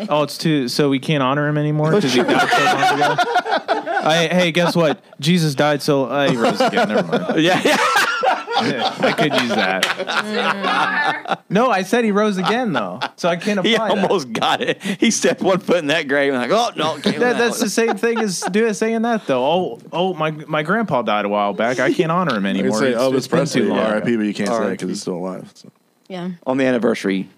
Speaker 3: Oh, it's too. So we can't honor him anymore because he died so long ago. I, hey, guess what? Jesus died, so I rose again. Never mind.
Speaker 2: Yeah, yeah.
Speaker 3: I could use that. No, I said he rose again though, so I can't apply.
Speaker 2: He
Speaker 3: that.
Speaker 2: almost got it. He stepped one foot in that grave and like, oh no, can't
Speaker 3: That, that's the same thing as do saying that though. Oh, oh, my my grandpa died a while back. I can't honor him
Speaker 5: You can
Speaker 3: anymore.
Speaker 5: say "Oh,
Speaker 3: It's- it's
Speaker 5: Elvis
Speaker 3: been
Speaker 5: Presley,
Speaker 3: too long ago.
Speaker 5: R.I.P., but you can't say that
Speaker 2: R.I.P..
Speaker 5: because he's still alive. So.
Speaker 4: Yeah.
Speaker 2: on the anniversary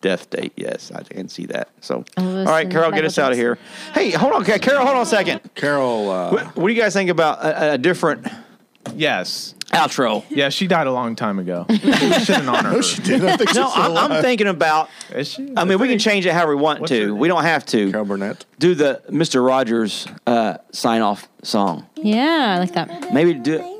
Speaker 2: death date. Yes, I can see that. So, all
Speaker 4: Elvis
Speaker 2: right,
Speaker 4: and
Speaker 2: Carol, get
Speaker 4: Oh, Michael
Speaker 2: us out of here.
Speaker 4: Jackson.
Speaker 2: Hey, hold on, Carol, hold on a second.
Speaker 5: Carol, uh,
Speaker 2: What, what do you guys think about a, a different
Speaker 3: Yes.
Speaker 2: outro?
Speaker 3: Yeah, she died a long time ago. we shouldn't honor her.
Speaker 5: dude, I think she's
Speaker 2: No,
Speaker 5: still
Speaker 2: I'm, I'm
Speaker 5: alive.
Speaker 2: thinking about.
Speaker 3: Is she?
Speaker 2: I mean, we can change it however we want
Speaker 3: What's her
Speaker 2: to.
Speaker 3: name?
Speaker 2: We don't have
Speaker 5: Carol
Speaker 2: to
Speaker 5: Burnett.
Speaker 2: do the Mister Rogers uh, sign off song.
Speaker 4: Yeah, I like that.
Speaker 2: Maybe do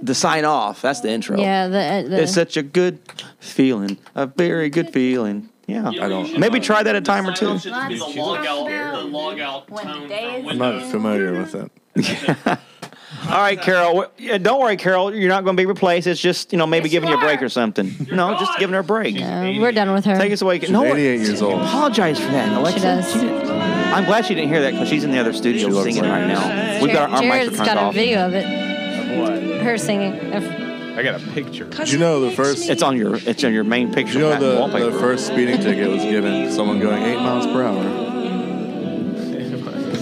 Speaker 2: the sign off. That's the intro.
Speaker 4: Yeah, the, uh, the
Speaker 2: it's such a good feeling, a very good feeling. Yeah,
Speaker 5: I don't.
Speaker 2: maybe try that a time or two.
Speaker 7: Should just be the log out, the log out tone from
Speaker 5: I'm
Speaker 7: Windows.
Speaker 5: not familiar with it.
Speaker 2: All right, Carol. Wh- yeah, Don't worry, Carol. You're not going to be replaced. It's just you know maybe giving you a break or something. no, just giving her a break.
Speaker 4: uh, we're done with her.
Speaker 2: Take us away.
Speaker 5: No,
Speaker 2: no,
Speaker 5: 88 years old.
Speaker 2: apologize for that, Alexa.
Speaker 4: She does.
Speaker 2: I'm glad she didn't hear that because she's in the other studio
Speaker 5: She loves
Speaker 2: singing
Speaker 5: it.
Speaker 2: right now. We've got our, our mics
Speaker 4: Jared's
Speaker 2: are
Speaker 4: got
Speaker 2: turned
Speaker 4: a
Speaker 2: off.
Speaker 4: video of it.
Speaker 3: What?
Speaker 4: Her singing. Of-
Speaker 3: I got a picture.
Speaker 5: Did you know the first?
Speaker 2: It's on your it's on your main
Speaker 5: Did
Speaker 2: picture
Speaker 5: you know
Speaker 2: on that
Speaker 5: the,
Speaker 2: wallpaper.
Speaker 5: the first speeding ticket was given to someone going eight miles per hour?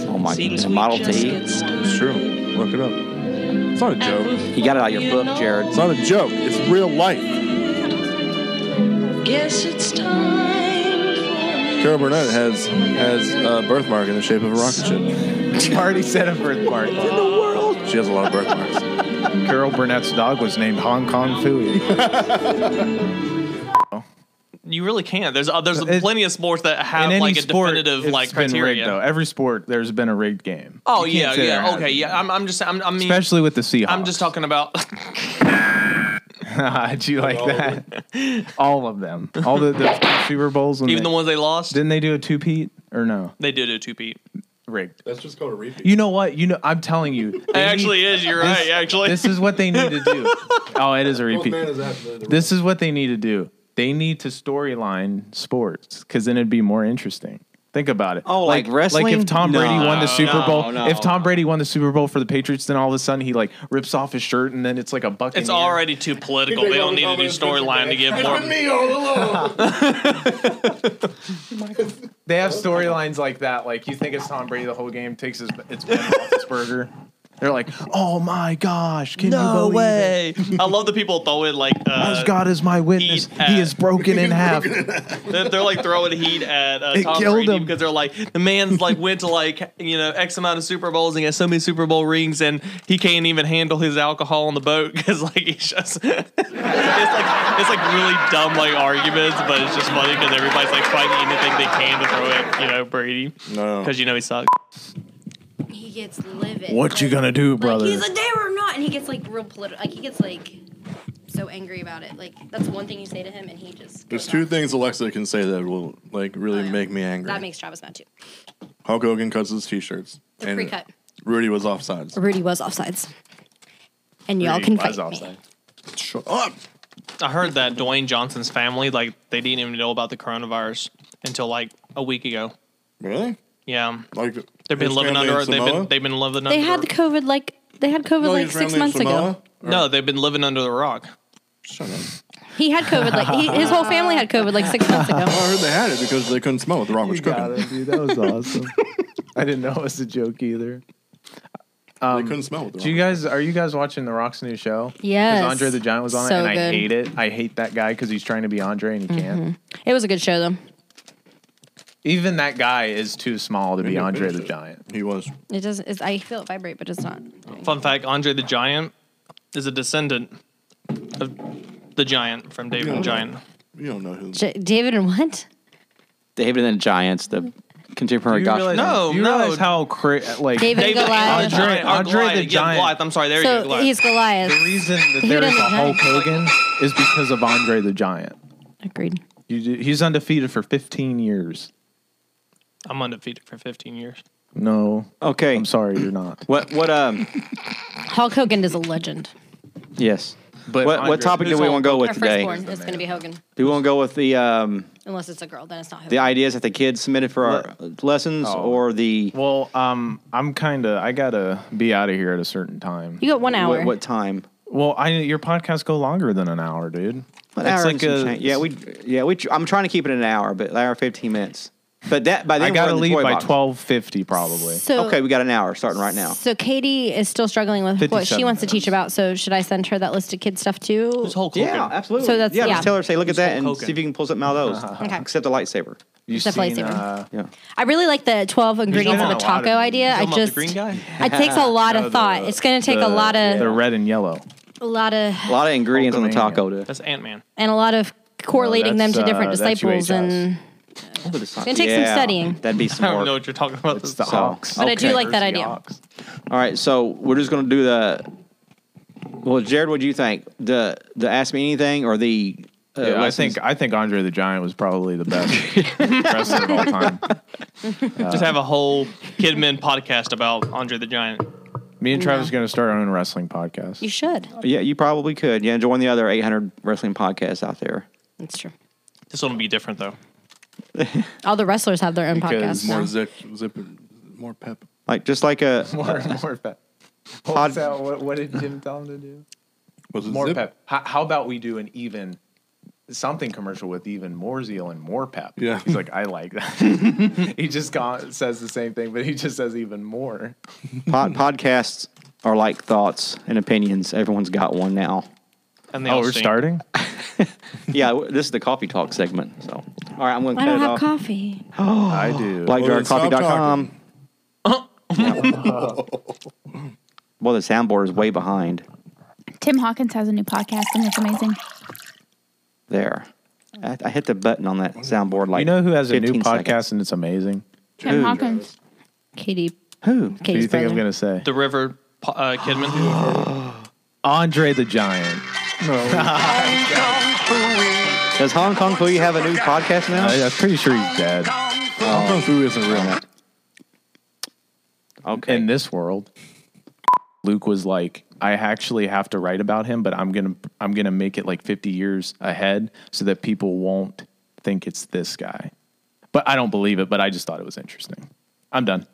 Speaker 2: oh my the Model T.
Speaker 5: It's true. Look it up. It's not a joke.
Speaker 2: You got it out of your book, Jared.
Speaker 5: It's not a joke. It's real life.
Speaker 10: Guess it's time
Speaker 5: Carol Burnett has has a birthmark in the shape of a rocket ship.
Speaker 3: You already said a birthmark.
Speaker 5: She has a lot of birthmarks.
Speaker 3: Carol Burnett's dog was named Hong Kong Fooey.
Speaker 7: You really can't. There's uh, there's
Speaker 3: It-
Speaker 7: plenty of sports that have
Speaker 3: In any
Speaker 7: like a
Speaker 3: sport,
Speaker 7: definitive
Speaker 3: it's
Speaker 7: like
Speaker 3: been rigged though.
Speaker 7: criteria.
Speaker 3: Every sport, there's been a rigged game.
Speaker 7: Oh
Speaker 3: You
Speaker 7: yeah,
Speaker 3: can't say there
Speaker 7: yeah,
Speaker 3: hasn't.
Speaker 7: okay, yeah. I'm, I'm just I'm I mean,
Speaker 3: Especially with the Seahawks.
Speaker 7: I'm just talking about.
Speaker 3: Do you like that? All of them. All the, the Super Bowls. When
Speaker 7: Even
Speaker 3: they,
Speaker 7: the ones they lost,
Speaker 3: Didn't they do a two peat or no?
Speaker 7: they did a two peat.
Speaker 3: Rigged.
Speaker 5: Let's just go to repeat.
Speaker 3: You know what? You know, I'm telling you.
Speaker 7: It
Speaker 3: they need-
Speaker 7: actually is. You're right. Actually,
Speaker 3: This is what they need to do. Oh, it is a repeat. This is what they need to do. They need to storyline sports because then it'd be more interesting. Think about it.
Speaker 2: Oh, like
Speaker 3: Like
Speaker 2: wrestling?
Speaker 3: if Tom Brady won
Speaker 2: No,
Speaker 3: the Super
Speaker 2: no,
Speaker 3: Bowl,
Speaker 2: no.
Speaker 3: if Tom Brady won the Super Bowl for the Patriots, then all of a sudden he like rips off his shirt and then it's like a bucket.
Speaker 7: it's already too political. They don't need to do storyline to get more.
Speaker 3: They have storylines like that. Like you think it's Tom Brady the whole game takes his it's Ben Roethlisberger. They're like, oh my gosh, can you believe it?
Speaker 7: I love the people throwing like
Speaker 3: As
Speaker 7: uh,
Speaker 3: God is my witness,
Speaker 7: Eat
Speaker 3: he
Speaker 7: at-
Speaker 3: is broken in half.
Speaker 7: they're, they're like throwing heat at uh,
Speaker 3: It
Speaker 7: Tom
Speaker 3: killed
Speaker 7: Brady
Speaker 3: him.
Speaker 7: because they're like the man's like went to like you know x amount of Super Bowls and got so many Super Bowl rings and he can't even handle his alcohol on the boat because like he's just it's like it's like really dumb like arguments but it's just funny because everybody's like fighting anything they can to throw at you know Brady
Speaker 3: Oh.
Speaker 5: No.
Speaker 7: because you know he sucks.
Speaker 10: He gets livid.
Speaker 3: What you gonna do, brother?
Speaker 10: Like, he's like, they were not. And he gets like real political. Like, he gets like so angry about it. Like, that's one thing you say to him, and he just.
Speaker 5: There's
Speaker 10: goes
Speaker 5: two
Speaker 10: off.
Speaker 5: things Alexa can say that will like really
Speaker 10: Oh, yeah.
Speaker 5: make me angry.
Speaker 10: That makes Travis mad too.
Speaker 5: Hulk Hogan cuts his t-shirts.
Speaker 10: The pre cut.
Speaker 5: Rudy was offsides.
Speaker 10: Rudy was offsides. And y'all can fight. Me.
Speaker 5: Shut up.
Speaker 7: I heard that Dwayne Johnson's family like they didn't even know about the coronavirus until like a week ago.
Speaker 5: Really?
Speaker 7: Yeah,
Speaker 5: Like
Speaker 7: they've been living under they've been they've been living
Speaker 4: they
Speaker 7: under
Speaker 4: had the COVID like they had COVID like six months ago.
Speaker 7: no they've been living under the rock.
Speaker 5: Shut up.
Speaker 4: He had COVID like he, his whole family had COVID like six months ago.
Speaker 5: I heard they had it because they couldn't smell what the wrong was cooking. They
Speaker 3: dude. That was awesome. I didn't know it was a joke either.
Speaker 5: couldn't smell what the
Speaker 3: Um, Do
Speaker 5: wrong.
Speaker 3: you guys are you guys watching The Rock's new show? 'Cause
Speaker 4: Yes.
Speaker 3: Andre the Giant was on
Speaker 4: So
Speaker 3: it, and I
Speaker 4: good. Mm-hmm.
Speaker 3: hate it. I hate that guy because he's trying to be Andre and he can't.
Speaker 4: It was a good show though.
Speaker 3: Even that guy is too small to be
Speaker 5: Maybe
Speaker 3: Andre
Speaker 5: finish
Speaker 3: the
Speaker 5: it.
Speaker 3: Giant.
Speaker 5: He was.
Speaker 4: It doesn't. It's, I feel it vibrate, but it's not.
Speaker 7: Fun fact: Andre the Giant is a descendant of the Giant from David
Speaker 5: Yeah.
Speaker 7: the Giant.
Speaker 5: You don't know who.
Speaker 4: J- David and what?
Speaker 2: David and the Giants, the contemporary
Speaker 3: You
Speaker 2: gospel.
Speaker 3: realize,
Speaker 7: No,
Speaker 3: you
Speaker 7: no.
Speaker 3: realize how cra- like
Speaker 4: David,
Speaker 7: David
Speaker 4: and Goliath.
Speaker 3: Andre-
Speaker 7: Andre,
Speaker 3: Andre the
Speaker 7: the
Speaker 3: Giant.
Speaker 7: Giant. I'm sorry, there you go.
Speaker 4: so
Speaker 7: Goliath.
Speaker 4: he's Goliath.
Speaker 3: the reason that
Speaker 4: David
Speaker 3: there is
Speaker 4: and
Speaker 3: a
Speaker 4: the
Speaker 3: Hulk
Speaker 4: Giant.
Speaker 3: Hogan is because of Andre the Giant.
Speaker 4: Agreed.
Speaker 3: You do, he's undefeated for 15 years.
Speaker 7: I'm undefeated for 15 years.
Speaker 3: No.
Speaker 2: Okay.
Speaker 3: I'm sorry, you're not.
Speaker 2: What what um
Speaker 4: Hulk Hogan is a legend.
Speaker 2: yes.
Speaker 3: But
Speaker 2: what what
Speaker 3: Andre-
Speaker 2: topic do we want to go with
Speaker 4: Our
Speaker 2: today?
Speaker 4: firstborn is going to be Hogan,
Speaker 2: Do we want to go with the um
Speaker 4: unless it's a girl. Then it's not
Speaker 2: the
Speaker 4: Hogan.
Speaker 2: ideas that the kids submitted for our lessons
Speaker 3: Oh.
Speaker 2: or the
Speaker 3: Well, um, I'm kind of. I gotta be out of here at a certain time.
Speaker 4: you got one hour.
Speaker 2: what, what time?
Speaker 3: Well, I your podcasts go longer than an hour, dude.
Speaker 2: An
Speaker 3: It's
Speaker 2: hour
Speaker 3: like
Speaker 2: and some
Speaker 3: a-
Speaker 2: change. yeah we yeah we tr- I'm trying to keep it an hour, but an hour and fifteen minutes. But that by then
Speaker 3: I
Speaker 2: we're
Speaker 3: gotta
Speaker 2: in the
Speaker 3: leave
Speaker 2: toy
Speaker 3: by
Speaker 2: box.
Speaker 3: twelve fifty probably.
Speaker 4: So
Speaker 2: okay, we got an hour starting right now.
Speaker 4: So Katie is still struggling with what she
Speaker 3: 57
Speaker 4: wants to teach about. So should I send her that list of kid stuff too?
Speaker 7: It's Hulk
Speaker 2: Yeah,
Speaker 7: Hogan.
Speaker 2: absolutely.
Speaker 4: So that's-
Speaker 2: yeah,
Speaker 4: yeah.
Speaker 2: Just tell her, say, look at that, and
Speaker 7: Hulk Hogan.
Speaker 2: see if you can pull something out of those.
Speaker 4: Okay.
Speaker 2: Except the lightsaber.
Speaker 3: You
Speaker 4: Definitely
Speaker 3: seen,
Speaker 4: see
Speaker 3: uh,
Speaker 2: Yeah.
Speaker 4: I really like the twelve ingredients of
Speaker 7: want
Speaker 4: a
Speaker 7: a lot
Speaker 4: taco
Speaker 7: of-
Speaker 4: idea. I
Speaker 7: Talking about
Speaker 4: just
Speaker 7: the green guy.
Speaker 4: it takes a lot
Speaker 3: No,
Speaker 4: of thought.
Speaker 3: the-
Speaker 4: It's going to take a
Speaker 3: the-
Speaker 4: lot of
Speaker 3: the red and yellow.
Speaker 4: a lot of
Speaker 2: A lot of ingredients on the
Speaker 3: Hulkamania.
Speaker 2: taco to,
Speaker 7: That's Ant Man.
Speaker 4: and a lot of correlating them
Speaker 3: that's,
Speaker 4: to different
Speaker 3: uh, that's
Speaker 4: disciples
Speaker 3: UHS.
Speaker 4: and
Speaker 2: to decide.
Speaker 4: gonna take some studying.
Speaker 2: That'd be
Speaker 7: I
Speaker 2: some
Speaker 7: don't
Speaker 2: work.
Speaker 7: know what you're talking about.
Speaker 3: It's
Speaker 7: This
Speaker 3: the
Speaker 7: is-
Speaker 3: Hawks.
Speaker 4: But I do
Speaker 2: Okay.
Speaker 4: like that
Speaker 7: There's the
Speaker 4: idea.
Speaker 7: Hawks.
Speaker 2: All right, so we're just gonna do the. Well, Jared, what do you think? The the ask me anything or the? Uh,
Speaker 3: Yeah, I
Speaker 2: lessons?
Speaker 3: think I think Andre the Giant was probably the best wrestler of all time.
Speaker 7: Just have a whole Kidman podcast about Andre the Giant.
Speaker 3: Me and Travis
Speaker 4: No.
Speaker 3: are going to start our own wrestling
Speaker 4: You
Speaker 3: podcast.
Speaker 4: should.
Speaker 2: Yeah, you probably could. Yeah, join the other 800 wrestling podcasts out there.
Speaker 4: That's true.
Speaker 7: This one will be different though.
Speaker 4: All the wrestlers have their own
Speaker 3: Because
Speaker 4: podcast.
Speaker 5: More
Speaker 4: now.
Speaker 5: zip, zip, more pep.
Speaker 2: Like just like a
Speaker 3: More, more pep.
Speaker 2: Pod-
Speaker 3: What, what did Jim tell him to do?
Speaker 5: Was it
Speaker 3: More
Speaker 5: zip?
Speaker 3: pep. How, how about we do an even something commercial with even more zeal and more pep?
Speaker 5: Yeah.
Speaker 3: He's like, I like that. he just got, says the same thing, but he just says even more.
Speaker 2: pod, podcasts are like thoughts and opinions. Everyone's got one now.
Speaker 7: And
Speaker 2: Oh,
Speaker 3: Oh,
Speaker 7: they all stink.
Speaker 2: Yeah, w- this is the coffee talk segment. So all right, I'm gonna
Speaker 4: I
Speaker 2: cut
Speaker 4: don't
Speaker 2: it
Speaker 4: have
Speaker 2: off.
Speaker 4: coffee.
Speaker 3: I do.
Speaker 5: Well, then stop
Speaker 2: BlackDarkCoffee.com. well, the soundboard is way behind
Speaker 6: Tim Hawkins has a new podcast and it's amazing.
Speaker 2: there. I, I hit the button on that soundboard like
Speaker 3: you know who has a new
Speaker 2: 15
Speaker 3: podcast
Speaker 2: seconds.
Speaker 3: and it's amazing?
Speaker 6: Tim
Speaker 2: Dude.
Speaker 6: Hawkins.
Speaker 4: Katie.
Speaker 2: Who?
Speaker 3: Who do
Speaker 4: Katie's
Speaker 3: you think
Speaker 4: brother.
Speaker 3: I'm going to say?
Speaker 7: The River uh, Kidman.
Speaker 3: Andre the Giant.
Speaker 2: Does Hong Kong Fooey have a new podcast now?
Speaker 3: I, I'm pretty sure he's dead
Speaker 5: Hong Kong Fu isn't real.
Speaker 2: Okay.
Speaker 3: in this world. Luke was like, I actually have to write about him, but I'm gonna I'm gonna make it like 50 years ahead so that people won't think it's this guy. But I don't believe it. But I just thought it was interesting. I'm done.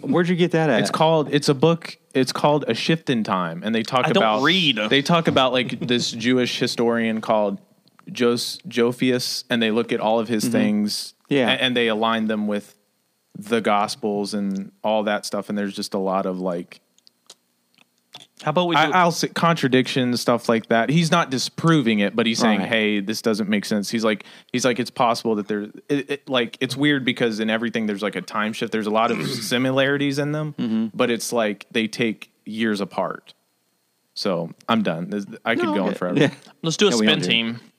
Speaker 2: Where'd you get that at?
Speaker 3: It's called. It's a book. It's called A Shift in Time, and they talk
Speaker 7: I don't
Speaker 3: about
Speaker 7: read.
Speaker 3: They talk about like this Jewish historian called Jos Jophius, and they look at all of
Speaker 7: Mm-hmm.
Speaker 3: his things.
Speaker 2: Yeah.
Speaker 3: a- and, they align them with the Gospels and all that stuff. And there's just a lot of like
Speaker 7: How about we do?
Speaker 3: I, I'll say contradictions, stuff like that. He's not disproving it, but he's saying,
Speaker 2: Right.
Speaker 3: "Hey, this doesn't make sense." He's like, he's like, it's possible that there, it, it, like, it's weird because in everything there's like a time shift. There's a lot of similarities in them, but it's like they take years apart. So I'm done. This- I could go on forever.
Speaker 2: Yeah.
Speaker 7: let's do a
Speaker 2: Yeah, we don't
Speaker 7: spin
Speaker 2: do.
Speaker 7: team.